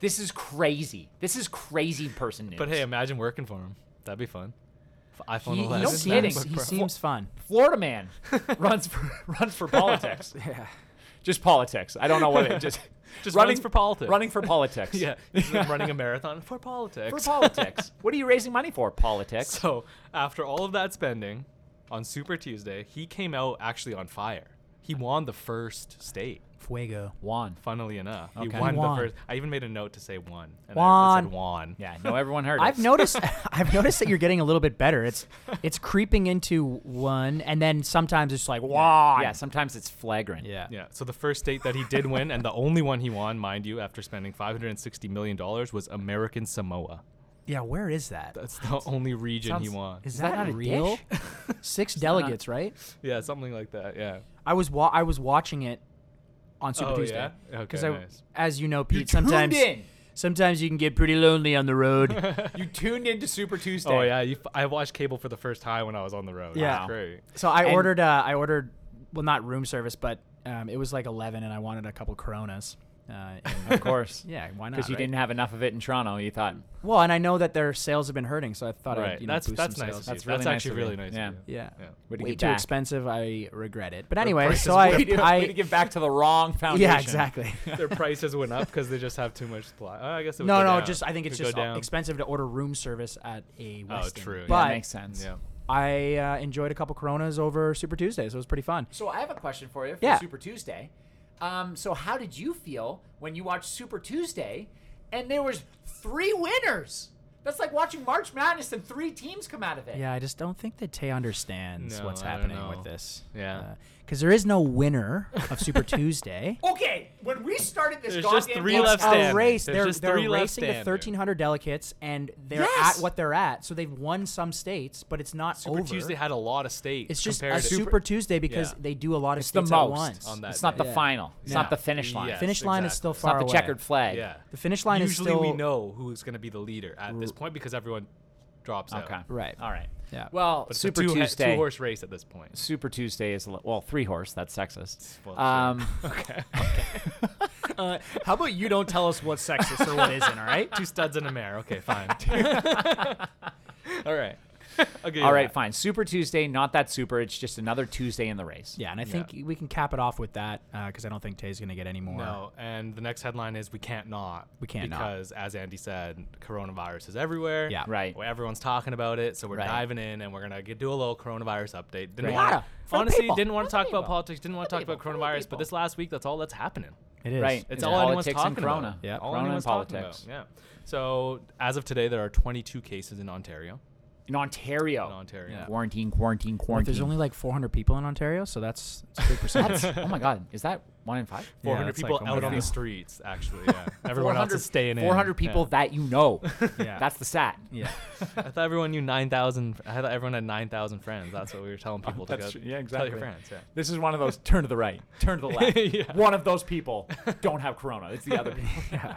S4: This is crazy. This is crazy person news.
S1: But hey, imagine working for him. That'd be fun. F- iPhone
S4: He-
S1: 11.
S4: no
S1: MacBook
S4: kidding.
S1: Pro.
S2: He
S4: Bro.
S2: seems fun.
S4: Florida man runs for runs for politics. yeah. Just politics. I don't know what it just
S1: Just
S4: running
S1: runs for politics.
S4: Running for politics.
S1: yeah, he's been running a marathon for politics.
S4: For politics. what are you raising money for? Politics.
S1: So after all of that spending on Super Tuesday, he came out actually on fire. He won the first state.
S2: Fuego.
S4: Juan.
S1: Funnily enough, he
S4: Okay.
S1: won,
S2: He won.
S1: the first. I even made a note to say won. And I
S2: Won.
S1: said won.
S4: Yeah, no everyone heard
S2: I've
S4: us.
S2: noticed I've noticed that you're getting a little bit better. It's it's creeping into one and then sometimes it's like wow.
S4: Yeah, sometimes it's flagrant.
S1: Yeah. So the first state that he did win, and the only one he won, mind you, after spending 560 million dollars, was American Samoa.
S2: Yeah, where is that?
S1: That's the only region he
S4: Sounds-
S1: won.
S2: Is
S4: Is that
S2: that,
S4: not a
S2: real? Six delegates, right?
S1: Yeah, something like that. Yeah.
S2: I was wa- I was watching it on Super
S1: Oh,
S2: Tuesday
S1: yeah? Okay,
S2: I,
S1: nice.
S2: as you know, Pete,
S4: tuned
S2: sometimes
S4: in.
S2: sometimes you can get pretty lonely on the road.
S4: You tuned into Super Tuesday.
S1: Oh yeah, you f- I watched cable for the first time when I was on the road.
S2: Yeah.
S1: It's great.
S2: so I
S4: And-
S2: ordered uh, I ordered well not room service, but um, it was like eleven, and I wanted a couple Coronas. Uh, and-
S4: Of course.
S2: yeah, why not?
S4: Because you
S2: right?
S4: didn't have enough of it in Toronto, you thought.
S2: Well, and I know that their sales have been hurting, so I thought I'd
S1: Right.
S2: you know,
S1: That's
S2: boost
S1: that's
S2: some
S1: nice. of
S2: sales.
S4: That's
S1: you.
S4: really
S1: that's
S4: nice
S1: actually
S4: of you.
S1: really nice. of
S4: Yeah.
S1: you.
S2: Yeah.
S1: Yeah.
S4: Way to
S2: Way
S4: give
S2: too
S4: back.
S2: expensive. I regret it. But anyway, so
S1: prices
S2: I,
S1: went
S4: Way to,
S2: I
S4: way to give back to the wrong foundation.
S2: yeah, exactly.
S1: Their prices went up because they just have too much supply. Oh, I guess it would
S2: no,
S1: go
S2: no,
S1: down.
S2: just I think it's
S1: It would
S2: just
S1: go down.
S2: expensive to order room service at a Westin.
S1: true, yeah.
S2: But
S4: that Oh, makes sense.
S1: Yeah.
S2: I uh, enjoyed a couple Coronas over Super Tuesday, so it was pretty fun.
S4: So I have a question for you for
S2: Yeah.
S4: Super Tuesday. Um, so how did you feel when you watched Super Tuesday and there was three winners? That's like watching March Madness and three teams come out of it.
S2: Yeah, I just don't think that Tay understands
S1: No,
S2: what's
S1: I don't
S2: happening
S1: know.
S2: with this.
S1: Yeah.
S2: because there is no winner of Super Tuesday.
S4: Okay, when we started this
S1: There's
S4: goddamn
S1: just three
S4: podcast-
S1: left
S2: a
S1: standing.
S2: race.
S1: There's
S2: they're
S1: just
S2: they're
S1: three left
S2: racing to
S1: standing.
S2: 1,300 delegates, and they're
S4: Yes.
S2: at what they're at. So they've won some states, but it's not
S1: Super
S2: over.
S1: Tuesday had a lot of states.
S2: it's just
S1: compared
S2: a
S1: to-
S2: Super Tuesday because
S1: Yeah.
S2: they do a lot of
S4: It's the
S2: states at once.
S4: most.
S1: On that
S4: it's not
S1: day.
S4: the
S2: Yeah.
S4: final. It's
S2: Yeah.
S4: not the finish line.
S1: Yes,
S2: Finish line is still
S1: exactly.
S4: It's not
S2: far
S4: the
S2: away.
S4: checkered flag.
S1: Yeah.
S2: The finish line is
S1: Usually we
S2: still-
S1: know who's going to be the leader at this point because everyone drops out.
S4: Okay.
S2: Right.
S4: All right.
S2: Yeah.
S4: Well,
S1: But it's
S4: Super
S1: a two,
S4: Tuesday.
S1: two horse race at this point.
S4: Super Tuesday is a li- well three horse. That's sexist.
S1: Well, sure.
S4: um,
S2: How about you don't tell us what's sexist or what isn't? All right.
S1: Two studs and a mare. Okay, fine. all right. Okay.
S4: all right, fine. Super Tuesday, not that super. It's just another Tuesday in the race.
S2: Yeah, and I think we can cap it off with that because I don't think Tay's going to get any more.
S1: No, and the next headline is we can't not.
S2: We can't not.
S1: because as Andy said, coronavirus is everywhere.
S2: Yeah.
S4: Right.
S1: Well, everyone's talking about it, so we're
S4: Right.
S1: diving in and we're gonna get, do a little coronavirus update. Didn't
S2: Right.
S1: wanna-
S2: Gotta, for the
S1: honestly
S2: people.
S1: didn't want to
S4: For the
S1: talk about
S4: people.
S1: politics, didn't want to
S4: the
S1: talk about
S4: people. For the
S1: coronavirus,
S4: people.
S1: but this last week that's all that's happening.
S2: It is.
S4: Right.
S1: It's
S4: Yeah.
S1: all anyone's
S4: Politics and
S1: talking about.
S4: corona. Yeah.
S1: all
S4: Corona
S1: anyone's
S4: and
S1: talking
S4: politics.
S1: about. Yeah. So as of today, there are 22 cases in Ontario.
S4: In Ontario.
S1: In Ontario.
S2: Yeah.
S4: Quarantine, quarantine,
S2: But
S4: quarantine.
S2: there's only like 400 people in Ontario, so that's, that's a big percentage.
S4: That's, oh my God. Is that one in five?
S1: 400
S2: that's
S1: people
S2: like, oh my
S1: out on
S2: God.
S1: the streets, actually. Yeah. Everyone else is staying in.
S4: 400 people
S1: Yeah.
S4: that you know.
S2: Yeah.
S4: That's the stat.
S2: yeah.
S1: I thought everyone knew 9,000. I thought everyone had 9,000 friends. That's what we were telling people to go.
S4: That's true. Yeah,
S1: Tell
S4: exactly.
S1: your friends. Yeah.
S4: This is one of those turn to the right, turn to the left.
S1: Yeah.
S4: One of those people don't have corona. It's the other people.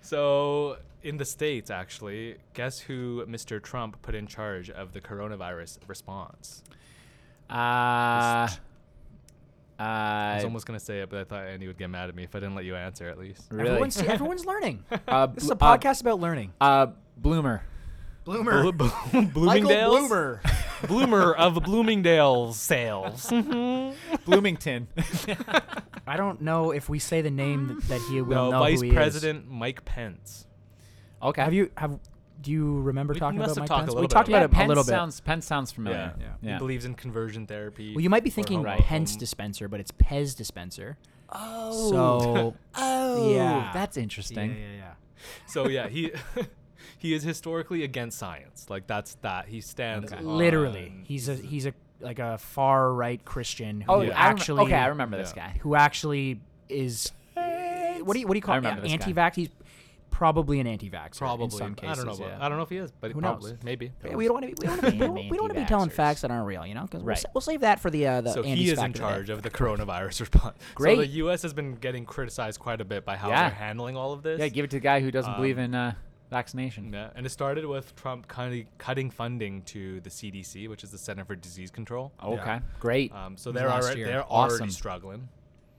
S1: So, in the States, actually, guess who Mr. Trump put in charge of the coronavirus response? I
S4: Uh,
S1: was
S4: uh,
S1: almost going to say it, but I thought Andy would get mad at me if I didn't let you answer at least.
S4: really?
S2: Everyone's, everyone's learning.
S4: Uh,
S2: This is a
S4: Bl- uh,
S2: podcast about learning.
S4: Uh, Bloomer.
S2: Bloomer. Michael
S1: Bloomingdale's?
S2: Bloomer.
S1: Bloomer of Bloomingdale's sales.
S4: Bloomington.
S2: I don't know if we say the name that he will
S1: no,
S2: know
S1: Vice
S2: who he
S1: President Mike Pence.
S4: okay.
S2: Is. Have you have do you remember
S1: We
S2: talking
S1: must have
S2: about Mike
S1: talked a
S2: Pence?
S1: little
S2: we
S1: bit
S2: talked
S1: about
S2: about
S4: yeah,
S2: it
S4: Pence
S2: a little
S4: sounds Pence sounds familiar.
S1: Oh, Yeah.
S2: Yeah.
S1: He believes in conversion therapy.
S2: bit. Well, you might be
S1: for
S2: thinking
S1: home-
S2: Pence
S1: home-
S2: dispenser, but it's Pez dispenser. Oh. So
S4: Oh,
S2: Yeah.
S4: That's interesting.
S2: yeah.
S1: So yeah, he he is historically against science. Like that's that he stands on-
S2: Literally, he's a he's a like a far right Christian who
S4: Oh, I rem-
S2: actually
S4: okay, I remember this
S1: Yeah.
S4: guy.
S2: who actually is what do you what do you call
S4: I
S2: him?
S4: remember this guy.
S2: anti-vax? He's probably an anti-vax.
S1: probably.
S2: in some cases.
S1: I don't know. about-
S2: yeah.
S1: I don't know if he is, but
S2: Who knows?
S1: probably maybe.
S2: We don't want to be. We don't wanna be-
S4: Damn
S2: we don't want to be telling
S4: anti-vaxxers.
S2: facts that aren't real, you know. Because we'll,
S4: Right.
S2: sa- we'll save that for the uh, the.
S1: So
S2: Andy's
S1: he is in
S2: fact of the day.
S1: charge of the coronavirus response.
S4: Great.
S1: So the U.S. has been getting criticized quite a bit by how
S4: Yeah.
S1: they're handling all of this.
S4: Yeah, give it to the guy who doesn't believe in uh, vaccination.
S1: Um, Yeah, and it started with Trump kind of cutting funding to the CDC, which is the Center for Disease Control.
S4: Oh, Okay, great.
S1: Um, so they're
S5: last
S1: already,
S5: year.
S1: they're
S4: Awesome.
S1: already struggling.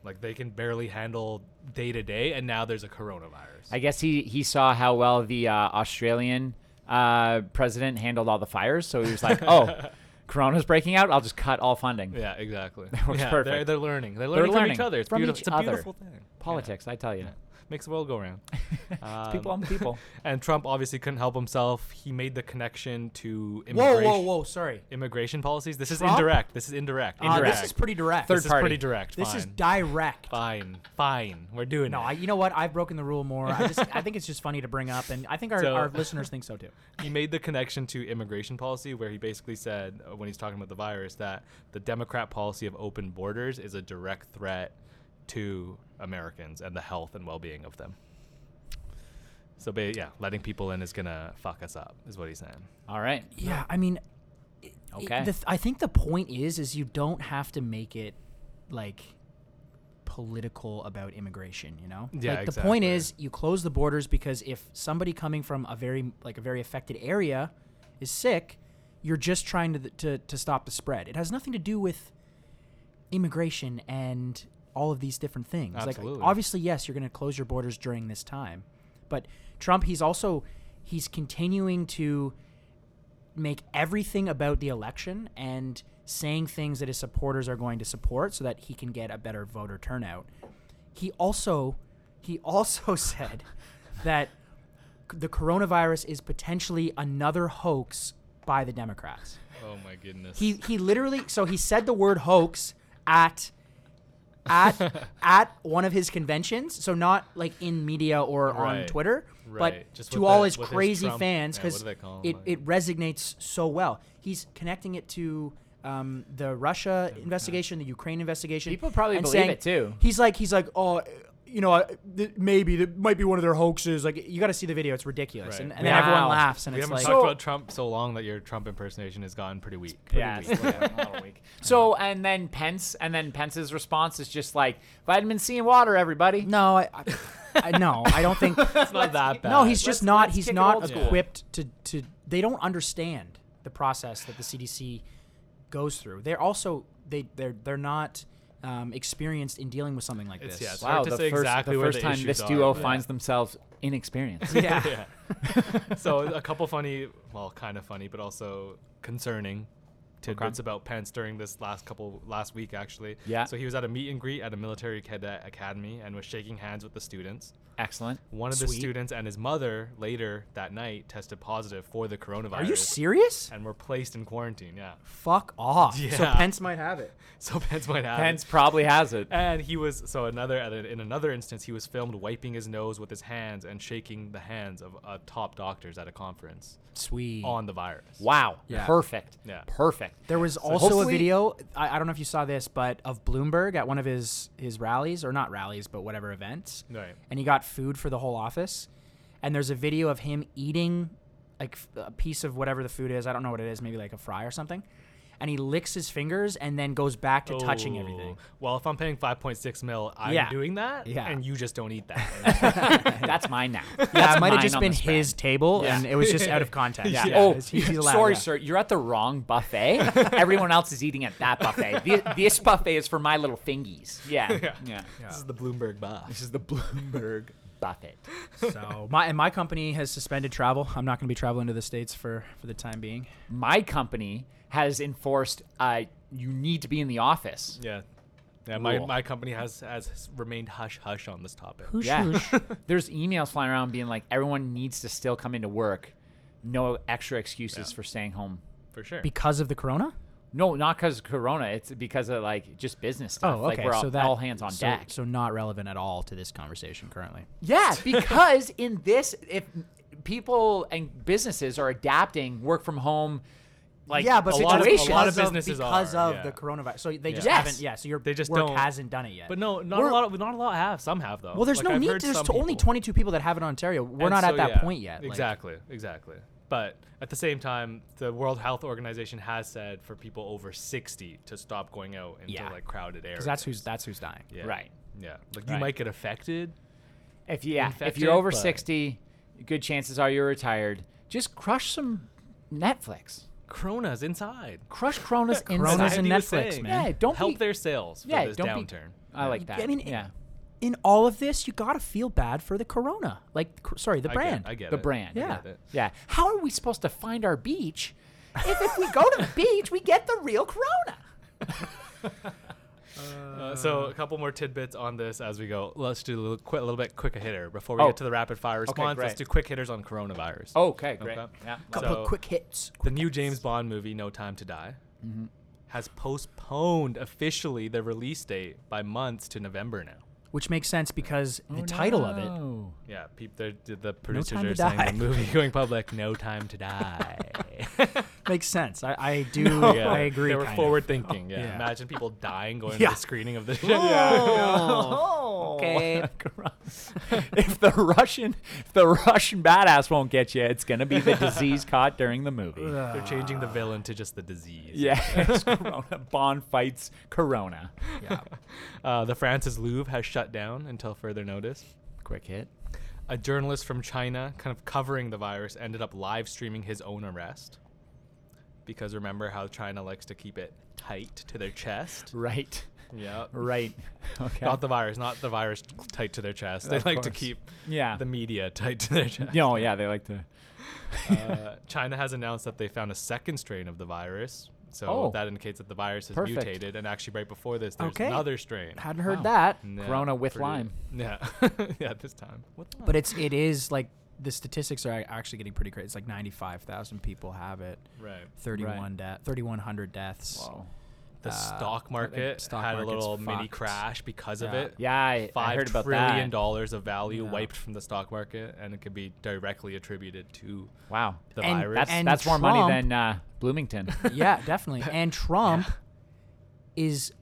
S1: Like they can barely handle day to day, and now there's a coronavirus.
S4: I guess he he saw how well the uh, Australian uh, president handled all the fires, so he was like, "Oh, Corona's breaking out. I'll just cut all funding."
S1: yeah, exactly.
S4: works
S1: yeah, They're,
S4: perfect.
S1: they're learning. They're learning from
S4: learning
S1: each other. It's
S4: from
S1: beautiful.
S4: each
S1: it's a
S4: other.
S1: beautiful thing.
S4: Politics, I tell you,
S1: Makes the world go round. Um,
S4: It's people on people.
S1: And Trump obviously couldn't help himself. He made the connection to
S2: Whoa,
S1: immigration.
S2: whoa, whoa! Sorry.
S1: Immigration policies. This is
S2: Trump?
S1: indirect. This is indirect.
S2: Uh,
S1: Indirect.
S2: this is pretty direct.
S1: This
S2: This
S1: is
S4: party.
S1: pretty direct.
S2: is, this
S1: Fine.
S2: is direct.
S1: Fine. Fine. We're doing
S2: No,
S1: it.
S2: I, you know what? I've broken the rule more. I just, I think it's just funny to bring up, and I think our,
S1: So-
S2: our listeners think so too.
S1: he made the connection to immigration policy where he basically said uh, when he's talking about the virus that the democrat policy of open borders is a direct threat to americans and the health and well-being of them so ba- yeah letting people in is gonna fuck us up is what he's saying
S4: all right.
S2: Yeah, I mean, it-
S4: Okay.
S2: the th- I think the point is, is you don't have to make it like political about immigration. You know,
S1: Yeah,
S2: Like, the point
S1: exactly.
S2: is, you close the borders because if somebody coming from a very like a very affected area is sick, you're just trying to to to stop the spread. It has nothing to do with immigration and all of these different things.
S1: Absolutely.
S2: Like obviously, yes, you're going to close your borders during this time, but Trump, he's also he's continuing to make everything about the election and saying things that his supporters are going to support so that he can get a better voter turnout. He also he also said that c- the coronavirus is potentially another hoax by the Democrats.
S1: oh my goodness
S2: He he literally so he said the word hoax at at at one of his conventions, so not like in media or on
S1: Right.
S2: Twitter,
S1: Right.
S2: but
S1: Just
S2: to
S1: with
S2: all
S1: the-
S2: his
S1: with his
S2: crazy
S1: Trump-
S2: fans
S1: yeah, what
S2: because
S1: do they call 'em,
S2: it,
S1: like-
S2: it resonates so well. He's connecting it to um, the Russia investigation, the Ukraine investigation.
S4: People probably
S2: and
S4: believe
S2: saying-
S4: it, too.
S2: He's like he's like oh. You know, uh, th- maybe that might be one of their hoaxes. Like, you got to see the video; it's ridiculous,
S1: Right.
S2: and, and then
S4: Wow.
S2: everyone laughs, and
S1: we
S2: it's
S1: haven't
S2: like,
S1: talked about trump so long that your trump impersonation has gotten pretty weak
S4: Yeah, it's a little weak. So and then Pence and then Pence's response is just like vitamin C and water, everybody.
S2: No, I, I, I no, I don't think.
S1: it's not that bad
S2: no, he's just not.
S4: let's
S2: He's
S4: kick it
S2: not
S4: old school.
S2: equipped to to. They don't understand the process that the CDC goes through. They're also they they're they're not um, experienced in dealing with something like
S1: It's-
S2: this.
S1: yeah, it's-
S4: Wow,
S1: hard to
S4: the
S1: say
S4: first,
S1: exactly
S4: the
S1: where
S4: first
S1: the
S4: time
S1: issues
S4: this
S1: are,
S4: duo
S1: but-
S4: finds themselves inexperienced.
S2: Yeah.
S1: yeah. so a couple funny, well, kind of funny, but also concerning tidbits about Pence during this last couple last week actually.
S4: Yeah.
S1: So he was at a meet and greet at a military cadet academy and was shaking hands with the students.
S4: Excellent.
S1: One of the
S2: Sweet.
S1: students and his mother later that night tested positive for the coronavirus.
S2: Are you serious?
S1: And were placed in quarantine. Yeah.
S2: Fuck off. So
S1: Yeah.
S2: Pence might have it.
S1: So Pence might have. it.
S4: Pence probably has it.
S1: And he was so another at a, in another instance he was filmed wiping his nose with his hands and shaking the hands of uh, top doctors at a conference
S2: Sweet.
S1: on the virus.
S4: Wow.
S2: Yeah.
S4: Perfect.
S1: Yeah.
S4: Perfect.
S2: There was also a
S4: hopefully-
S2: video. I, I don't know if you saw this, but of Bloomberg at one of his his rallies or not rallies, but whatever events.
S1: Right.
S2: And he got food for the whole office. And there's a video of him eating like f- a piece of whatever the food is. I don't know what it is, maybe like a fry or something. And he licks his fingers and then goes back to touching
S1: Oh.
S2: everything.
S1: Well, if I'm paying 5.6 mil, I'm
S2: Yeah.
S1: doing that,
S2: Yeah.
S1: and you just don't eat that.
S4: That's mine now.
S2: Yeah,
S4: That's
S2: it might
S4: mine
S2: have just
S4: on
S2: been
S4: the spread.
S2: his table, and it was just out of context.
S1: Yeah.
S4: Oh,
S2: it's- he's- he's allowed,
S4: sorry,
S2: yeah.
S4: sir. You're at the wrong buffet. Everyone else is eating at that buffet. This, this buffet is for my little fingies. Yeah. Yeah.
S1: this is the Bloomberg box.
S4: This is the Bloomberg buffet.
S2: So my and my company has suspended travel. I'm not going to be traveling to the states for for the time being.
S4: My company has enforced uh, you need to be in the office.
S1: Yeah. Yeah, my,
S4: Rule.
S1: my company has has remained hush hush on this topic.
S4: Yeah. There's emails flying around being like, everyone needs to still come into work. No extra excuses for staying home.
S1: For sure.
S2: Because of the corona?
S4: No, not because of Corona. It's because of like just business stuff.
S2: Oh,
S4: Like
S2: okay.
S4: we're all,
S2: so that
S4: all hands on
S2: so,
S4: deck.
S2: So not relevant at all to this conversation currently.
S4: Yeah, because in this, if people and businesses are adapting work from home, like
S1: a lot of- a
S4: situations,
S1: lot of businesses
S2: because
S1: are,
S2: of
S1: yeah.
S2: the coronavirus. So they just
S4: Yes.
S2: haven't. Yeah. So your
S1: They just
S2: work
S1: don't-
S2: hasn't done it yet.
S1: but no, not a
S2: We're-
S1: lot. Not a lot have. Some have though.
S2: Well, there's
S1: Like,
S2: no
S1: I've
S2: need.
S1: heard
S2: There's
S1: some
S2: t- only
S1: people.
S2: 22 people that have it in Ontario. We're
S1: And
S2: not
S1: so,
S2: at that
S1: yeah,
S2: point yet. like-
S1: Exactly, exactly. But at the same time, the World Health Organization has said for people over 60 to stop going out into
S2: Yeah.
S1: like crowded areas.
S2: 'cause that's who's that's who's dying.
S1: yeah.
S4: Right.
S1: Yeah, like you
S4: Right.
S1: might get affected.
S4: if yeah, if
S1: infected,
S4: you're over
S1: but-
S4: sixty, good chances are you're retired. Just crush some Netflix.
S1: Krona's inside.
S4: Crush Cronus
S2: Krona's
S4: inside.
S2: and
S1: Andy was
S2: Netflix,
S1: saying,
S2: man.
S4: Yeah, don't
S1: help
S4: be-
S1: their sales for
S4: yeah,
S1: this
S4: don't be-
S1: downturn.
S4: I like that.
S2: I mean, it-
S4: yeah,
S2: In all of this, you gotta feel bad for the Corona, like cr- sorry, the
S1: I
S2: brand.
S1: Get, I get
S4: the
S1: it.
S4: brand.
S1: I
S2: Yeah.
S1: get it.
S4: yeah. How are we supposed to find our beach if if we go to the beach we get the real Corona?
S1: Uh, so a couple more tidbits on this as we go. Let's do a little, qui- a little bit quicker hitter before we
S4: Oh.
S1: get to the rapid fire response. let's
S4: great. Oh,
S1: do quick hitters on coronavirus.
S4: Okay, great.
S1: Okay.
S4: Yeah.
S1: Couple So- quick
S4: hits.
S1: the new James Bond movie, No Time to Die,
S4: Mm-hmm.
S1: has postponed officially the release date by months to November now.
S2: which makes sense because the title of it.
S4: Oh,
S1: Yeah, peep, the, the producers
S2: Time to
S1: are saying
S2: Die.
S1: the movie going public, No Time to Die.
S2: Makes sense. I, I do.
S1: Yeah,
S2: I agree.
S1: They were
S2: kind of.
S1: forward thinking. Yeah.
S2: Yeah.
S1: Imagine people dying going
S2: Yeah.
S1: to the screening of the
S2: Oh,
S4: Okay. if the Russian, if the Russian badass won't get you, it's gonna be the disease caught during the movie.
S1: They're changing the villain to just the disease.
S4: Yeah, it's Corona. Bond fights Corona.
S1: Uh, the Francis Louvre has shut down until further notice.
S4: Quick hit.
S1: A journalist from China, kind of covering the virus, ended up live streaming his own arrest. Because remember how China likes to keep it tight to their chest?
S4: Right.
S1: Yeah.
S4: Right. Okay.
S1: Not the virus, not the virus tight to their chest. They
S4: Of
S1: like to
S4: course.
S1: keep
S4: yeah.
S1: the media tight to their chest.
S4: no. Yeah. They like to.
S1: Uh, China has announced that they found a second strain of the virus. So
S4: Oh.
S1: that indicates that the virus has
S4: Perfect.
S1: mutated. And actually, right before this, there's
S2: Okay.
S1: another strain.
S2: Hadn't heard
S4: Wow.
S2: that,
S1: Yeah,
S4: Corona with Lyme.
S1: Yeah. yeah, this time. With Lyme.
S2: but it's it is like the statistics are actually getting pretty crazy. It's like ninety five thousand people have it.
S1: right.
S2: Thirty one death. Thirty one hundred deaths.
S1: The
S2: Uh,
S1: stock market
S2: stock
S1: had a
S2: market's
S1: little mini
S2: fucked.
S1: crash because of
S2: Yeah.
S1: it.
S4: Yeah. I, I
S1: Five
S4: heard about
S1: trillion
S4: that.
S1: dollars of value
S2: Yeah.
S1: wiped from the stock market, and it can be directly attributed to
S4: Wow.
S1: the
S2: And
S1: virus.
S4: That's
S2: And
S4: that's more money
S2: Trump-
S4: than uh, Bloomington.
S2: yeah, definitely. And Trump is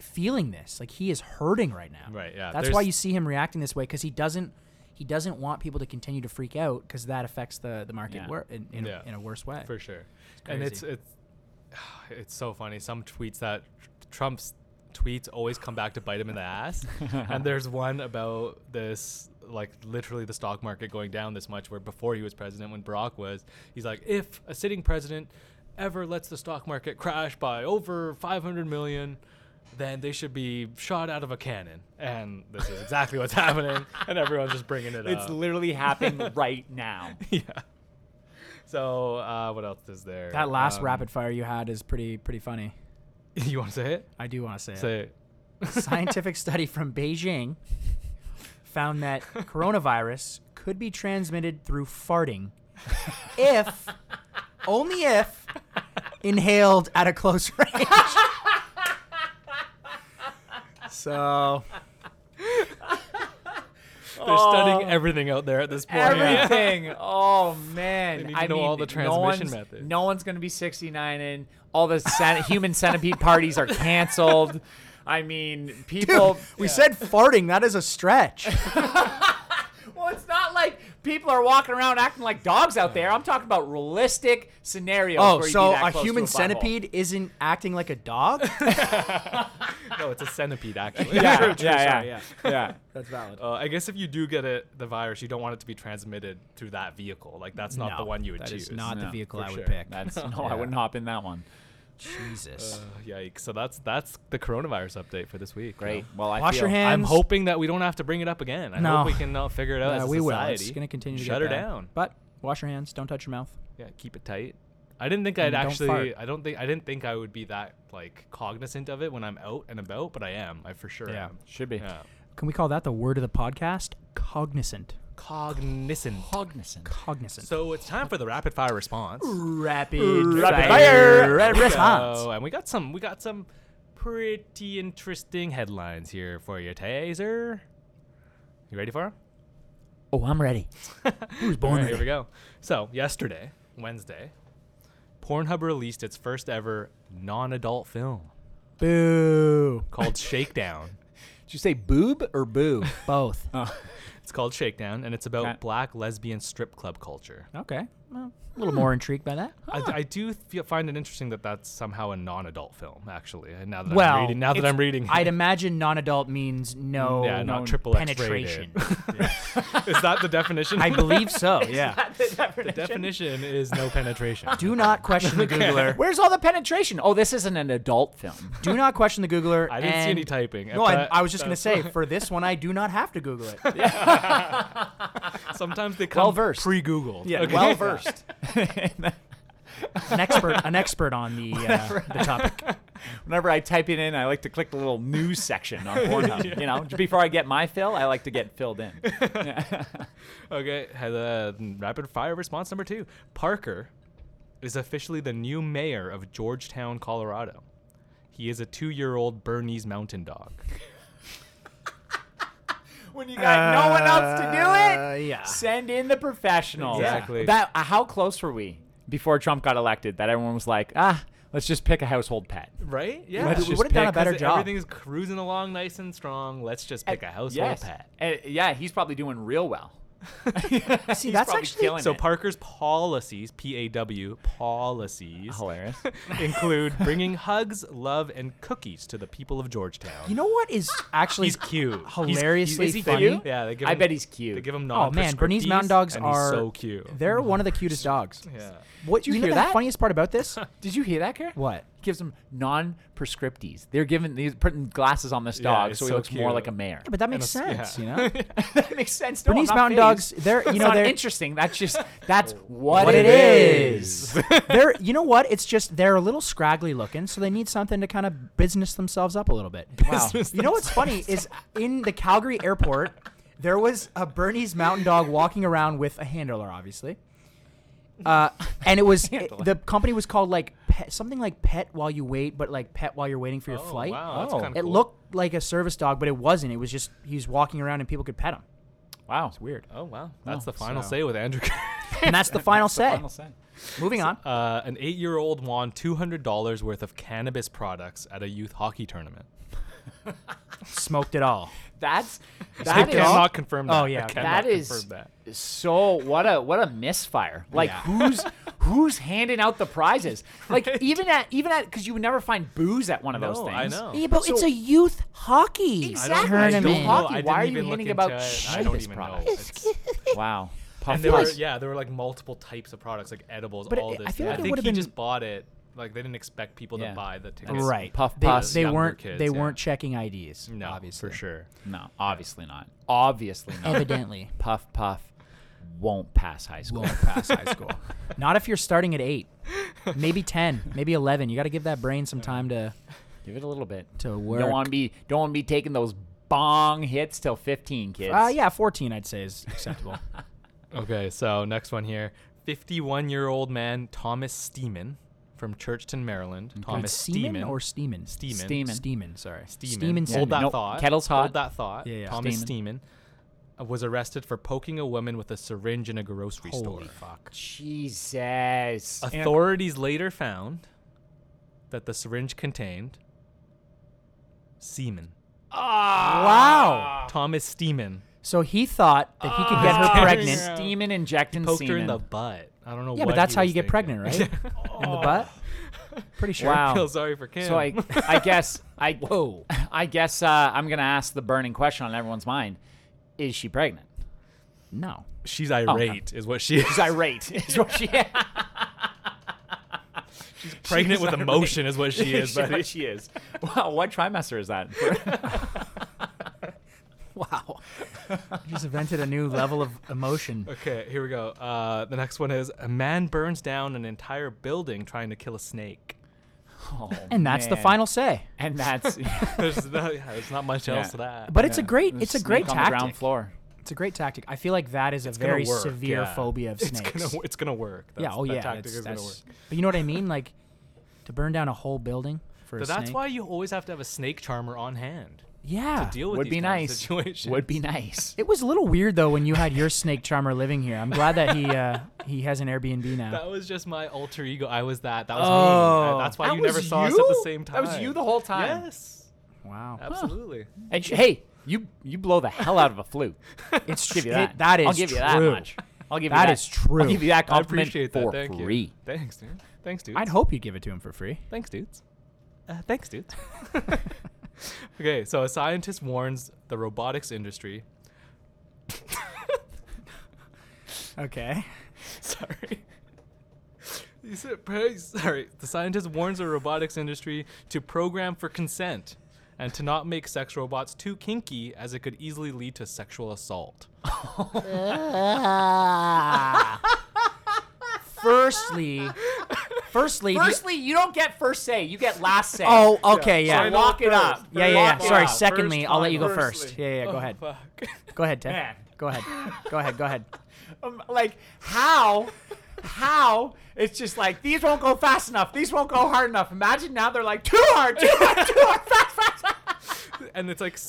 S2: feeling this. Like he is hurting right now.
S1: Right, yeah.
S2: That's
S1: There's-
S2: why you see him reacting this way because he doesn't he doesn't want people to continue to freak out because that affects the the market
S4: Yeah.
S2: wor- in, in,
S1: Yeah.
S2: a, in a worse way.
S1: for sure. and it's
S2: crazy.
S1: it's it's so funny. Some tweets that Trump's tweets always come back to bite him in the ass. and there's one about this like literally the stock market going down this much where before he was president when Barack was, he's like if a sitting president ever lets the stock market crash by over 500 million then they should be shot out of a cannon. And this is exactly what's happening and everyone's just bringing it
S4: it's
S1: up.
S4: literally happening right now.
S1: yeah. So, uh, what else is there?
S2: that last
S1: Um,
S2: rapid fire you had is pretty pretty funny.
S1: You want to say it?
S2: I do want to say,
S1: Say it.
S2: it. scientific study from Beijing found that coronavirus could be transmitted through farting if only if inhaled at a close range. so
S1: They're
S2: Oh.
S1: studying everything out there at this point.
S4: Everything. Oh man.
S1: They need to
S4: I
S1: know
S4: mean,
S1: all the
S4: no
S1: transmission
S4: one's,
S1: methods.
S4: No one's gonna be 69 and all the cen- human centipede parties are canceled. I mean, people.
S2: we said farting. That is a stretch.
S4: Well, it's not like people are walking around acting like dogs out there. I'm talking about realistic scenarios.
S2: oh,
S4: where you'd
S2: so
S4: be that
S2: a
S4: close to
S2: human
S4: butthole.
S2: centipede isn't acting like a dog?
S1: No, it's a centipede actually.
S4: Yeah,
S1: True,
S4: yeah,
S1: sorry,
S4: yeah, yeah.
S2: That's valid.
S1: Uh, I guess if you do get it, the virus, you don't want it to be transmitted through that vehicle. Like that's not the one you would
S2: that
S1: choose.
S2: is not the
S4: No,
S2: vehicle
S1: for
S2: I would
S1: sure.
S2: pick.
S4: That's no, I wouldn't hop in that one.
S2: Jesus.
S1: Uh, yikes! So that's that's the coronavirus update for this week.
S4: Great.
S1: Yeah.
S4: Well, I
S2: Wash
S4: feel,
S2: your hands.
S1: I'm hoping that we don't have to bring it up again. I
S2: No.
S1: hope we can uh, figure it out.
S2: Yeah,
S1: as a
S2: we will.
S1: society.
S2: It's going to continue to
S1: Shut
S2: get
S1: her
S2: bad.
S1: down.
S2: But wash your hands. Don't touch your mouth.
S1: Yeah, keep it tight. I didn't think I'd
S2: don't
S1: actually.
S2: fart.
S1: I don't think I didn't think I would be that like cognizant of it when I'm out and about, but I am. I for sure
S2: Yeah.
S1: am.
S4: Should be
S1: Yeah.
S2: Can we call that the word of the podcast? Cognizant.
S1: Cognizant.
S4: cognizant.
S2: Cognizant.
S1: So it's time for the rapid fire response.
S2: rapid,
S4: Rapid
S2: fire
S4: fire.
S2: response.
S1: So, and we got some we got some pretty interesting headlines here for you, Taser. You ready for 'em?
S5: Oh, I'm ready.
S1: All right, here we go. So yesterday, Wednesday, Pornhub released its first ever non-adult film
S2: Boo.
S1: called Shakedown.
S4: Did you say boob or boo?
S2: Both.
S1: Uh. It's called Shakedown, and it's about
S4: Okay.
S1: black lesbian strip club culture.
S2: Okay. well, a little more intrigued by that.
S1: I, I do feel, find it interesting that that's somehow a non-adult film, actually. And now that
S2: Well,
S1: I'm reading, now that
S2: it's-
S1: I'm reading,
S2: I'd imagine non-adult means no,
S1: Mm, yeah,
S2: no
S1: not triple X
S2: penetration.
S1: rated. Is that the definition?
S2: I believe so. Yeah.
S1: the definition is no penetration.
S2: Do not question the Googler.
S4: Where's all the penetration? Oh, this isn't an adult film.
S2: Do not question the Googler.
S1: I didn't see
S2: and-
S1: any typing.
S2: No, I,
S1: But
S2: I was just gonna say for this one, I do not have to Google it.
S1: Sometimes they come
S2: Well-versed.
S1: pre-Googled.
S2: Yeah, well versed. an expert, an expert on the uh, the topic.
S4: Whenever I type it in, I like to click the little news section on Pornhub. You know, before I get my fill, I like to get filled in.
S1: Okay, had uh, rapid fire response number two. Parker is officially the new mayor of Georgetown, Colorado. He is a two-year-old Bernese Mountain Dog.
S4: When you got no one else to do it,
S2: Uh, yeah.
S4: send in the professionals.
S1: Exactly.
S4: That uh, how close were we before Trump got elected? That everyone was like, ah, let's just pick a household pet.
S1: Right? Yeah.
S4: Let's
S1: We
S4: just
S1: would've done
S4: pick-
S1: a better
S4: 'cause
S1: job.
S4: everything's
S1: Everything's cruising along nice and strong. Let's just pick a household
S4: yes.
S1: pet.
S4: Uh, yeah, he's probably doing real well.
S2: See, that's
S4: probably
S2: actually
S4: killing
S1: So
S4: it.
S1: Parker's policies, P A W policies,
S4: hilarious.
S1: include bringing hugs, love, and cookies to the people of Georgetown.
S2: You know what is actually
S1: he's cute. He's-
S2: hilariously
S1: is he
S2: funny?
S1: cute? Yeah, they give
S4: I
S1: him-
S4: bet he's
S1: They
S4: cute.
S1: give him
S2: Oh man, Bernese Mountain
S1: non-prescriptives,
S2: Dogs
S1: and
S2: are
S1: he's so cute.
S2: They're one of the cutest dogs.
S1: Yeah.
S2: What
S4: you
S2: you, know
S4: hear
S2: the
S4: that?
S2: funniest part about this?
S4: Did you hear that, Kara?
S2: What?
S4: He gives them non-prescripties. They're given these putting glasses on this
S1: Yeah,
S4: dog,
S1: it's
S4: so he
S1: so
S4: looks more
S1: cute.
S4: like a mare.
S2: But that makes
S1: a s-
S2: sense,
S1: yeah.
S2: you know.
S4: that makes sense. No, I'm
S2: Bernese
S4: not
S2: Mountain
S4: phased.
S2: Dogs, they're
S4: It's
S2: you know
S4: not
S2: they're
S4: interesting. That's just that's what,
S2: what it
S4: it
S2: is. they're you know what? It's just they're a little scraggly looking, so they need something to kind of business themselves up a little bit. Wow. You know what's funny is in the Calgary airport, there was a Bernese Mountain Dog walking around with a handler, obviously. Uh, and it was it- the company was called like pet, something like pet while you wait, but like pet while you're waiting for your
S1: Oh,
S2: flight.
S1: Wow, that's
S4: Oh.
S1: kind of
S2: It
S1: cool.
S2: looked like a service dog, but it wasn't. It was just he was walking around and people could pet him.
S4: Wow,
S2: It's weird.
S1: Oh wow, that's
S4: Oh,
S1: the final
S4: so-
S1: say with Andrew.
S2: And that's the final say.
S4: Final say.
S2: Moving on.
S1: uh, an eight-year-old won two hundred dollars worth of cannabis products at a youth hockey tournament.
S2: Smoked it all.
S4: That's
S1: I
S4: that is
S1: cannot confirm that.
S2: Oh, yeah,
S1: I
S2: okay.
S1: cannot
S4: That is-
S1: confirm that.
S4: so what a what a misfire. Like who's who's handing out the prizes? Like even at even at because you would never find booze at one of those
S1: No,
S4: things.
S1: I know.
S2: but it's a youth hockey
S4: Exactly.
S1: I
S4: Youth
S1: don't know.
S4: hockey,
S1: I
S4: why
S1: didn't
S4: are you
S1: even look
S4: handing
S1: into
S4: about
S1: it. I
S4: shit
S1: don't
S4: as
S1: even know.
S4: products?
S1: It's-
S4: Wow.
S1: And
S4: Puffy.
S1: there were yeah, there were like multiple types of products, like edibles,
S2: But
S1: all
S2: it- I
S1: this.
S2: feel like it
S1: I think
S2: would've
S1: he
S2: been-
S1: just bought it. Like they didn't expect people
S4: Yeah.
S1: to buy the tickets.
S2: Right.
S4: Puff
S2: they,
S4: Puffs,
S2: they
S1: younger
S2: weren't
S1: kids,
S2: they
S1: yeah.
S2: weren't checking IDs.
S1: No,
S2: obviously.
S1: for sure.
S4: No, obviously not. Obviously not.
S2: Evidently.
S4: Puff Puff won't pass high school.
S2: Won't pass high school. Not if you're starting at eight. Maybe ten. Maybe eleven. You gotta give that brain some time to
S4: Give it a little bit.
S2: to work.
S4: Don't want to be don't want to be taking those bong hits till 15 kids.
S2: uh, yeah, fourteen I'd say is acceptable.
S1: Okay, so next one here. 51 year old man Thomas Steeman from Churchton, Maryland. Thomas
S2: Seaman
S1: Steeman.
S2: or Steeman?
S1: Steeman.
S4: Steeman.
S2: Steeman, sorry.
S1: Steeman.
S2: Steeman.
S1: Hold that
S4: Nope.
S1: thought.
S4: Kettle's hot.
S1: Hold that thought.
S2: Yeah, yeah.
S1: Thomas Steeman
S4: Steeman.
S1: uh, was arrested for poking a woman with a syringe in a grocery store.
S2: Holy fuck.
S4: Jesus.
S1: Authorities later found that the syringe contained semen.
S2: Wow.
S1: Thomas Steeman
S2: So he thought that he could get her
S1: Ah.
S2: pregnant
S1: Yeah.
S4: Steaming, injecting
S1: poked her
S4: semen.
S1: in the butt. I don't know.
S2: Yeah,
S1: what
S2: but that's
S1: he
S2: how
S1: was
S2: you get
S1: thinking.
S2: pregnant, right? Oh. In the butt?
S1: Ah.
S2: Pretty sure.
S4: Wow.
S1: I feel sorry for Kim.
S4: So I, I guess, I, whoa, I guess uh, I'm gonna ask the burning question on everyone's mind: Is she pregnant?
S2: No.
S1: she's irate, is what she is.
S4: She's irate. Is what she is.
S1: pregnant with
S4: irate.
S1: emotion is what she is, buddy.
S4: what she is. Wow, what trimester is that?
S2: Wow. you just invented a new level of emotion.
S1: Okay, here we go. Uh, the next one is a man burns down an entire building trying to kill a snake.
S4: Oh,
S2: And that's the
S4: man.
S2: final say.
S4: And that's.
S1: There's not, yeah, there's not much
S4: Yeah.
S1: else to that.
S2: But it's a
S4: Yeah.
S2: great
S4: The
S2: it's a
S4: snake
S2: great
S4: on the ground
S2: tactic.
S4: floor.
S2: It's a great tactic. I feel like that is a
S1: It's gonna
S2: very
S1: work,
S2: severe
S1: yeah.
S2: phobia of snakes.
S1: It's gonna, it's gonna work. That's,
S2: yeah, oh
S1: that
S2: yeah.
S1: tactic
S2: that's-
S1: is gonna work.
S2: that's- But you know what I mean? Like to burn down a whole building for
S1: So
S2: a
S1: that's
S2: snake?
S1: why you always have to have a snake charmer on hand.
S2: Yeah.
S1: Deal with
S4: Ah, Would
S1: these
S4: be
S1: kind of
S4: nice.
S1: situations.
S4: Would be nice.
S2: It was a little weird though when you had your snake charmer living here. I'm glad that he uh, he has an Airbnb now.
S1: That was just my alter ego. I was that. That was me.
S2: Oh.
S1: And That's why
S4: That
S1: you never
S4: was
S1: saw us at the
S4: you?
S1: same
S4: That
S1: time.
S4: was you the whole time?
S1: Yes,
S2: wow.
S1: absolutely.
S4: And sh- hey, you you blow the hell out of a flue.
S2: It's
S4: Give you
S2: it-
S4: that.
S2: that is
S4: I'll give you that
S2: true.
S4: much. I'll give you
S2: That
S4: that.
S2: is true.
S4: I'll give you that
S1: I
S4: compliment
S1: appreciate that.
S4: for
S1: Thank you.
S4: free.
S1: Thanks, dude. Thanks, dude.
S2: I'd hope you'd give it to him for free.
S1: Thanks, dudes. Uh, thanks, dudes. okay, so a scientist warns the robotics industry.
S2: Okay.
S1: Sorry. You said praise. Sorry. The scientist warns the robotics industry to program for consent and to not make sex robots too kinky as it could easily lead to sexual assault.
S2: Ah. Firstly, firstly, the-
S4: Firstly, you don't get first say. You get last say.
S2: oh, okay, yeah.
S4: So lock it up.
S2: yeah, yeah, yeah.
S4: Lock it
S2: Sorry.
S4: up.
S2: Secondly,
S1: First
S2: I'll let you go
S1: time.
S2: first.
S1: Firstly.
S2: Yeah, yeah. Go ahead.
S1: Oh, Fuck.
S2: Go ahead, Ted.
S4: Man.
S2: Go ahead. Go ahead. Go ahead.
S4: Um, like how how it's just like these won't go fast enough these won't go hard enough imagine now they're like too hard too hard too hard fast fast, fast.
S1: and it's like
S4: much,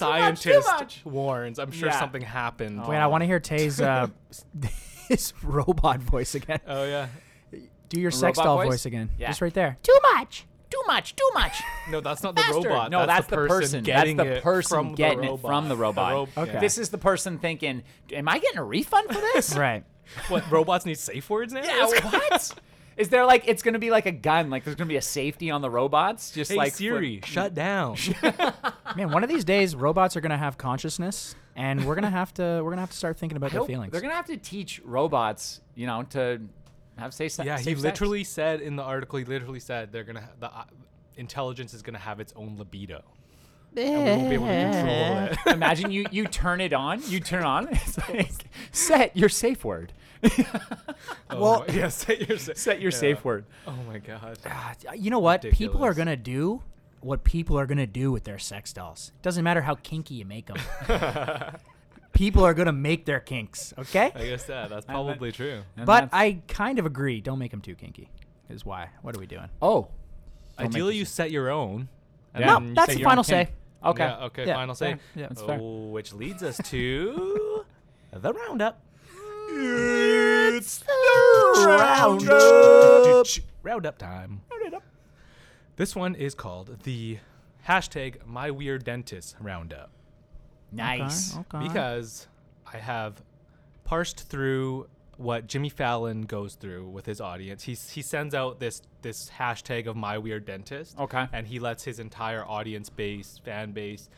S4: too
S1: scientist
S4: much.
S1: warns. I'm sure
S4: Yeah. Oh.
S1: something happened.
S2: Wait, I want to hear Tay's uh, his robot voice again.
S1: Oh yeah.
S2: Do your sex
S4: robot
S2: doll
S4: voice?
S2: voice again.
S4: Yeah.
S2: Just right there.
S4: too much too much too much
S1: No, that's not the
S4: Faster.
S1: robot.
S4: no that's, the person,
S1: getting
S4: that's the
S1: it
S4: person
S1: from
S4: getting
S1: the
S4: it
S1: robot.
S4: from the robot
S1: The ro-
S2: Okay.
S4: this is the person thinking am i getting a refund for this
S2: Right.
S1: What robots need safe words now?
S4: yeah
S1: It's-
S4: what is there like it's gonna be like a gun like there's gonna be a safety on the robots just
S1: Hey
S4: like
S1: Siri, shut down.
S2: Man, one of these days robots are gonna have consciousness, and we're gonna have to we're gonna have to start thinking about
S4: I
S2: their
S4: hope-
S2: feelings.
S4: they're gonna have to teach robots you know to have safe se-
S1: yeah, he
S4: safe sex.
S1: literally said in the article. He literally said they're gonna ha- the uh, intelligence is gonna have its own libido. And we won't be able to control it.
S4: Imagine you you turn it on, you turn it on. It's like set your safe word.
S1: Oh
S2: Uh, Well-
S1: my- yeah, set your sa-
S4: Set your
S1: yeah.
S4: safe word.
S1: Oh my god.
S2: Uh, you know what? People are
S1: Ridiculous.
S2: gonna do what people are gonna do with their sex dolls. Doesn't matter how kinky you make them. people are gonna make their kinks. Okay.
S1: I guess that that's probably true.
S2: But I kind of agree. Don't make them too kinky. Is why. What are we doing?
S4: oh,
S1: Ideally, you set your own. and
S4: No,
S1: then you
S2: That's
S1: set
S2: the
S1: your own
S2: final
S1: kink.
S2: say.
S4: okay.
S1: Yeah, okay,
S2: Yeah,
S1: final say.
S2: yeah, yeah, that's
S1: oh,
S2: fair.
S1: Which leads us to the roundup. It's the roundup. Roundup time. This one is called the hashtag My Weird Dentist Roundup
S4: Nice.
S2: Okay.
S1: because I have parsed through what Jimmy Fallon goes through with his audience. He he sends out this this hashtag of my weird dentist.
S4: Okay.
S1: And he lets his entire audience base, fan base,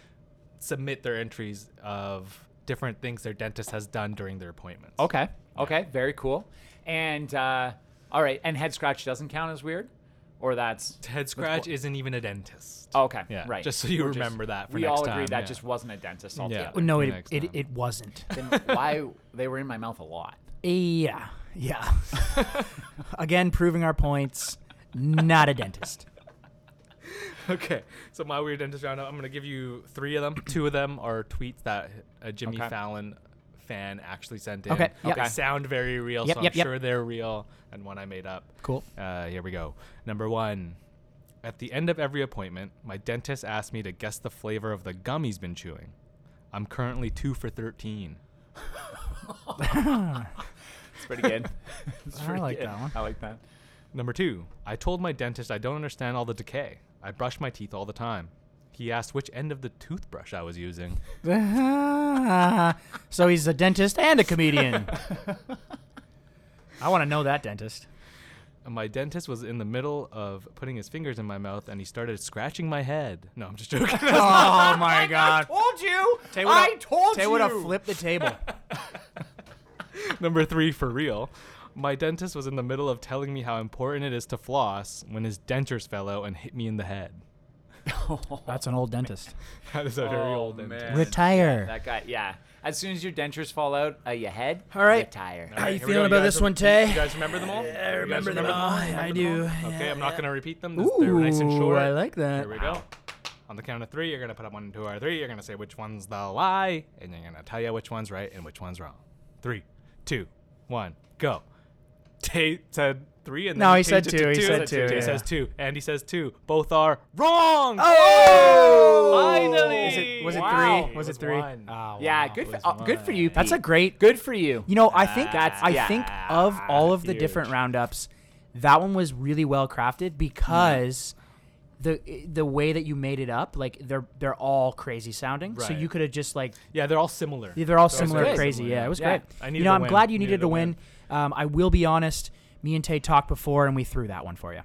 S1: submit their entries of different things their dentist has done during their appointments.
S4: Okay. Okay. Very cool. And uh, all right. And head scratch doesn't count as weird, or that's Oh,
S1: Head scratch isn't even a dentist.
S4: okay.
S1: Yeah,
S4: Right.
S1: just so you
S4: We're just-
S1: remember that for
S4: we
S1: next
S4: all agree
S1: time,
S4: that
S1: yeah.
S4: just wasn't a dentist altogether.
S1: Yeah.
S2: no,
S1: for
S2: it
S1: next
S2: it,
S1: time.
S2: it wasn't.
S4: Then why they were in my mouth a lot?
S2: Yeah. Yeah. Again, proving our points. Not a dentist.
S1: Okay, so my weird dentist roundup. I'm gonna give you three of them. Two of them are tweets that a Jimmy
S4: Okay.
S1: Fallon fan actually sent in.
S2: Okay, yep.
S1: they
S4: Okay.
S1: sound very real,
S2: Yep,
S1: so I'm
S2: yep, yep.
S1: sure they're real. And one I made up.
S2: Cool.
S1: Uh, here we go. Number one. At the end of every appointment, my dentist asks me to guess the flavor of the gum he's been chewing. I'm currently two for thirteen.
S4: It's pretty good. It's
S2: I
S4: pretty
S2: like
S4: good.
S2: that one.
S4: I like that.
S1: Number two. I told my dentist I don't understand all the decay. I brush my teeth all the time. He asked which end of the toothbrush I was using.
S2: so he's a dentist and a comedian. I want to know that dentist.
S1: And my dentist was in the middle of putting his fingers in my mouth and he started scratching my head. No, I'm just joking.
S2: Oh my god.
S4: Told you.
S2: Tay would've-
S4: I told
S2: Tay
S4: you.
S2: would have flipped the table.
S1: Number three, for real. My dentist was in the middle of telling me how important it is to floss when his dentures fell out and hit me in the head.
S2: That's an old dentist.
S1: That is a very
S4: Oh,
S1: old
S4: man.
S1: dentist.
S2: Retire.
S4: That guy, yeah. As soon as your dentures fall out of your head,
S2: All right.
S4: retire.
S1: All right,
S2: you
S1: here we
S2: feeling
S1: go.
S2: about
S1: guys
S2: this
S1: rem-
S2: one, Tay?
S1: You guys remember them all? Yeah, I
S2: remember them all. I do.
S1: Okay, I'm not going to repeat them. This- They're
S2: Ooh,
S1: nice and short.
S2: I like that.
S1: Here we go. On the count of three, you're going to put up one, two, or three. You're going to say which one's the lie, and you're going to tell you which one's right and which one's wrong. Three, two, one, go. Tate said three, and then
S2: No,
S1: you
S2: he said
S1: changed it
S2: two,
S1: to
S2: he said two,
S1: Tay
S2: yeah.
S1: says two. Andy says two. Both are wrong.
S4: Finally!
S1: Finally!
S2: Was it, Oh! was it
S4: Wow.
S2: three? Was
S1: It
S2: it,
S1: was
S2: three?
S1: one.
S2: Oh,
S4: Yeah,
S2: wow.
S4: good for
S1: was
S4: uh, good for you.
S2: That's a
S4: Pete.
S2: great.
S4: good for you.
S2: You know, I think
S4: That's-
S2: I
S4: yeah.
S2: think of all of the
S1: Huge.
S2: different roundups, that one was really well crafted because the
S4: Mm-hmm.
S2: the way that you made it up, like they're they're all crazy sounding. So
S1: Right.
S2: you could have just like
S1: Yeah, they're all similar.
S2: they're all
S1: all
S2: similar,
S1: very
S2: crazy.
S1: similar,
S2: Yeah,
S1: yeah.
S2: it was
S4: Yeah.
S2: great.
S1: I
S2: you
S1: needed
S2: know,
S1: a
S2: I'm
S1: win.
S2: glad you needed,
S1: Needed
S2: a
S1: a
S2: win. Um, I will be honest. Me and Tay talked before, and we threw that one for you.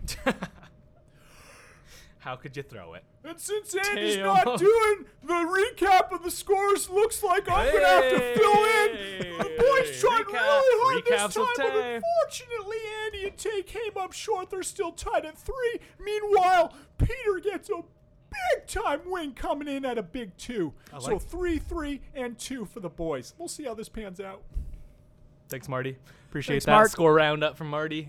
S1: How could you throw it?
S4: And since Andy's
S1: Damn.
S4: not doing the recap of the scores, looks like I'm gonna have to fill in. The boys
S1: Hey,
S4: tried
S1: recap-
S4: really hard
S1: recaps
S4: this
S1: of
S4: time, but
S1: time.
S4: unfortunately, Andy and Tay came up short. They're still tied at three. Meanwhile, Peter gets a big time win coming in at a big two. so
S1: like-
S4: three, three, and two for the boys. We'll see how this pans out.
S1: Thanks, Marty. Appreciate
S2: Thanks,
S1: that
S2: Mark.
S1: score roundup from Marty.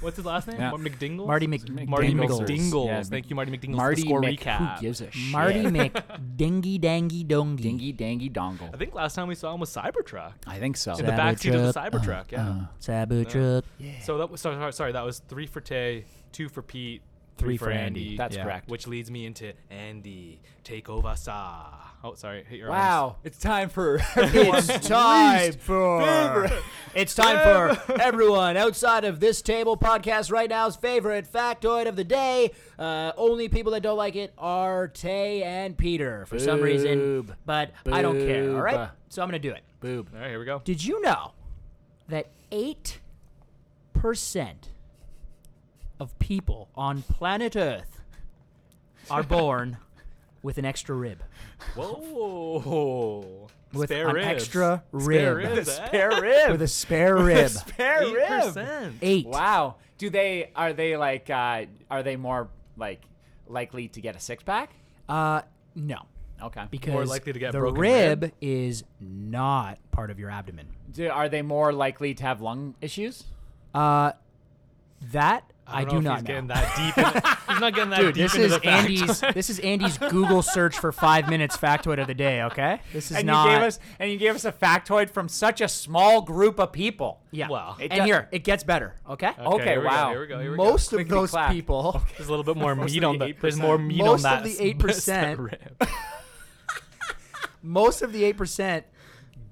S1: What's his last name?
S5: Yeah.
S1: What, McDingles?
S2: Marty Mc-
S1: Marty
S5: McDingles.
S1: McDingles.
S5: Yeah, Mc-
S1: Thank you, Marty McDingles.
S5: Marty
S1: for the score
S5: Mc- who
S1: recap.
S5: gives a shit?
S2: Marty McDingy Dangy Dongy.
S5: Dingy dangy
S1: I
S5: dongle.
S1: think last time we saw him was Cybertruck
S5: I think so.
S1: in the
S2: Cybertruck,
S1: backseat of the
S2: uh,
S1: Cybertruck. yeah.
S2: Sabu truck.
S1: So that was sorry, sorry, sorry, that was three for Tay, two for Pete, three, for, Andy.
S4: That's Yeah. correct.
S1: Which leads me into Andy take over, sa. Oh, sorry, hit your arms.
S4: It's time for.
S2: It's time for. It's time for everyone outside of this table podcast right now's favorite factoid of the day. Uh, only people that don't like it are Tay and Peter for some reason,
S5: Boob.
S2: but I don't care. All right,
S5: Boob.
S2: so I'm gonna do it.
S5: Boob.
S1: All right, here we go.
S2: Did you know that eight percent of people on planet Earth are born with an extra rib?
S1: Whoa.
S2: With
S1: Spare
S2: an
S1: ribs.
S2: extra
S1: Spare
S2: rib.
S1: ribs. eh?
S2: With a spare rib.
S4: Spare
S1: Eight percent.
S2: Eight.
S4: Wow. Do they are they like uh, are they more like likely to get a six pack?
S2: Uh, no,
S4: Okay.
S2: because
S1: likely to get
S2: the
S1: broken
S2: rib,
S1: rib?
S2: is not part of your abdomen.
S4: Do, are they more likely to have lung issues?
S2: Uh, that I,
S1: I,
S2: do
S1: don't know if he's
S2: not know.
S1: getting that deep. in- he's not getting that
S2: Dude,
S1: deep
S2: this
S1: into
S2: is
S1: the facts.
S2: Andy's. this is Andy's Google search for five minutes factoid of the day. Okay, this is
S4: and
S2: not.
S4: you gave us and you gave us a factoid from such a small group of people.
S2: yeah.
S1: Well.
S4: It
S2: and
S4: does-
S2: here it gets better. Okay.
S4: Okay,
S1: here we go,
S4: wow.
S1: here we go. Here we go.
S2: most of
S4: Clickety
S2: those
S4: clack.
S2: people.
S1: There's a little bit more meat
S4: the
S1: on the. There's more meat
S2: Most
S1: on that.
S2: of the
S1: s-
S2: 8%.
S1: rib.
S2: Most of the eight percent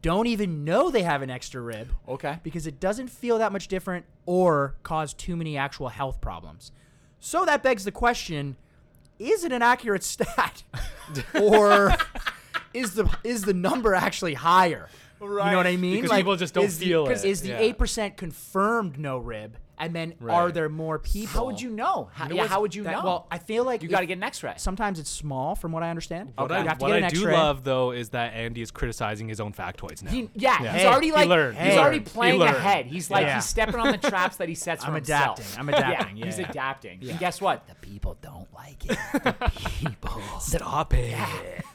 S2: don't even know they have an extra rib.
S4: Okay.
S2: because it doesn't feel that much different or cause too many actual health problems. So that begs the question, is it an accurate stat? or is the is the number actually higher? You know what I
S4: Right,
S2: mean?
S1: because people just don't
S2: is the-
S1: feel it,
S2: 'cause Is the
S1: yeah.
S2: eight percent confirmed no rib? And then are
S1: Right.
S2: there more people?
S4: How would you know? How, yeah, how would you
S2: that-
S4: know?
S2: Well, I feel like
S4: you
S2: if-
S4: got to get an X-ray.
S2: Sometimes it's small, from what I understand.
S1: What
S2: You'd
S1: I,
S2: have to
S1: what
S2: get an
S1: I do
S2: X-ray.
S1: love though is that Andy is criticizing his own factoids now.
S4: He- yeah, he's
S2: Hey,
S4: already
S1: he
S4: like
S1: learned,
S4: he's
S1: he
S4: already
S1: learned, he
S4: playing
S1: learned.
S4: ahead. He's like
S2: Yeah.
S4: he's stepping on the traps that he sets for
S2: I'm
S4: himself.
S2: adapting, I'm adapting,
S4: Yeah, he's
S2: yeah.
S4: adapting. And guess what?
S5: People don't like it. The people.
S2: Stop it.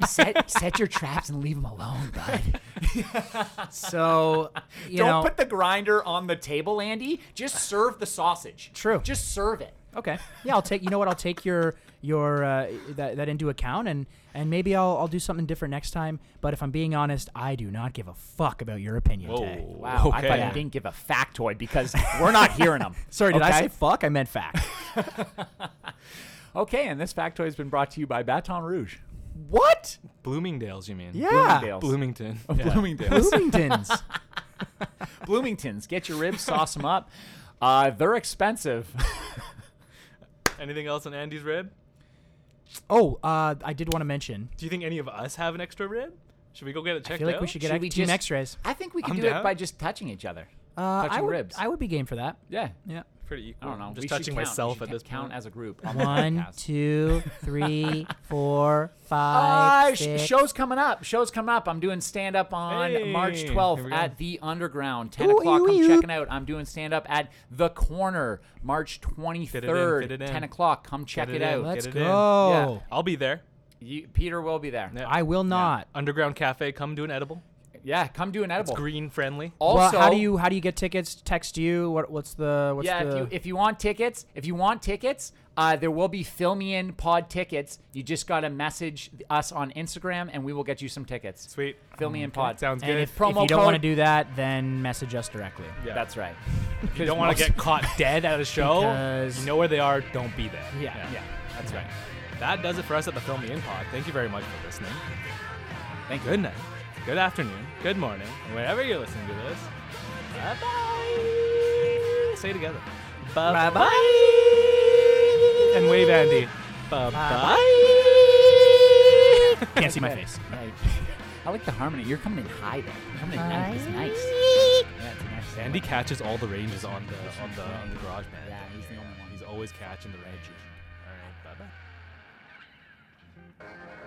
S5: set set your traps and leave them alone, bud.
S2: So you
S4: Don't
S2: know,
S4: put the grinder on the table, Andy. Just serve the sausage.
S2: True.
S4: Just serve it.
S2: Okay. Yeah, I'll take. You know what? I'll take your your uh, that, that into account, and and maybe I'll I'll do something different next time. But if I'm being honest, I do not give a fuck about your opinion. Tay.
S1: Whoa.
S4: Wow, I thought
S1: Okay.
S4: you didn't give a factoid because we're not hearing them.
S2: Sorry, did I
S4: Okay?
S2: say fuck? I meant fact.
S4: Okay, and this factoid has been brought to you by Baton Rouge.
S2: what?
S1: Bloomingdale's, you mean?
S2: Yeah.
S4: Bloomingdale's.
S1: Bloomington.
S4: Bloomingdale's.
S2: Bloomingtons.
S4: Bloomingtons. Get your ribs, sauce them up. Uh, they're expensive.
S1: Anything else on Andy's rib?
S2: oh, uh, I did want to mention.
S1: Do you think any of us have an extra rib? Should we go get it checked
S2: I feel like
S1: out?
S2: we should get
S4: Should
S2: ex-
S4: we
S2: team
S4: just-
S2: X-rays.
S4: I think we can
S1: I'm
S4: do it
S1: down.
S4: by just touching each other.
S2: Uh, I
S4: touching
S2: would,
S4: ribs.
S2: I would be game for that.
S4: yeah.
S2: Yeah.
S1: pretty equal.
S4: I don't know.
S1: I'm
S4: We
S1: just
S4: should
S1: touching
S4: count. We
S1: myself
S4: should
S1: at
S4: ca-
S1: this
S4: count
S1: point.
S4: as a group.
S2: One, two, three, four,
S4: Uh,
S2: five,
S4: sh-
S2: six.
S4: show's coming up. Show's coming up. I'm doing stand up on
S1: Hey,
S4: March
S1: here
S4: 12th
S1: we go.
S4: at the Underground, 10
S2: Ooh,
S4: o'clock.
S2: ooh,
S4: Come
S2: ooh.
S4: check it out. I'm doing stand up at the Corner, March 23rd,
S1: fit it in.
S4: 10 o'clock. Come check
S1: Get
S4: it,
S1: it in.
S4: out.
S2: Let's
S1: Get it in.
S2: go.
S1: I'll be there.
S4: You, Peter will be there.
S1: Yeah.
S2: I will not.
S1: Underground Cafe, come do an edible.
S4: Yeah, come do an edible.
S1: It's green friendly.
S2: Well,
S4: Also,
S2: how do you how do you get tickets? Text you? What what's the what's
S4: yeah,
S2: the
S4: if you if you want tickets, if you want tickets, uh, there will be fill me in pod tickets. You just gotta message us on Instagram, and we will get you some tickets.
S1: Sweet.
S4: Fill me in pod
S1: Sounds
S4: And
S1: good.
S4: if promo
S2: if you don't want to
S4: code-
S2: do that, then message us directly.
S1: Yeah.
S4: that's right.
S1: If you don't want to get caught dead at a show,
S2: Because-
S1: you know where they are. Don't be there.
S2: Yeah.
S4: Yeah, that's right.
S1: That does it for us at the Film Me In Pod. Thank you very much for listening.
S4: Thank you.
S1: Good night. Good afternoon. Good morning. And wherever you're listening to this, bye bye. Say it together. Bye bye. And wave Andy. Bye.
S2: Can't see my face.
S4: Right. I like the harmony. You're coming in high there. You're coming in high. It's nice. Yeah, it's a nice.
S1: Andy catches all the ranges on the on the on the garage band.
S4: Yeah, he's the only one.
S1: He's always catching the ranges. All right, bye bye.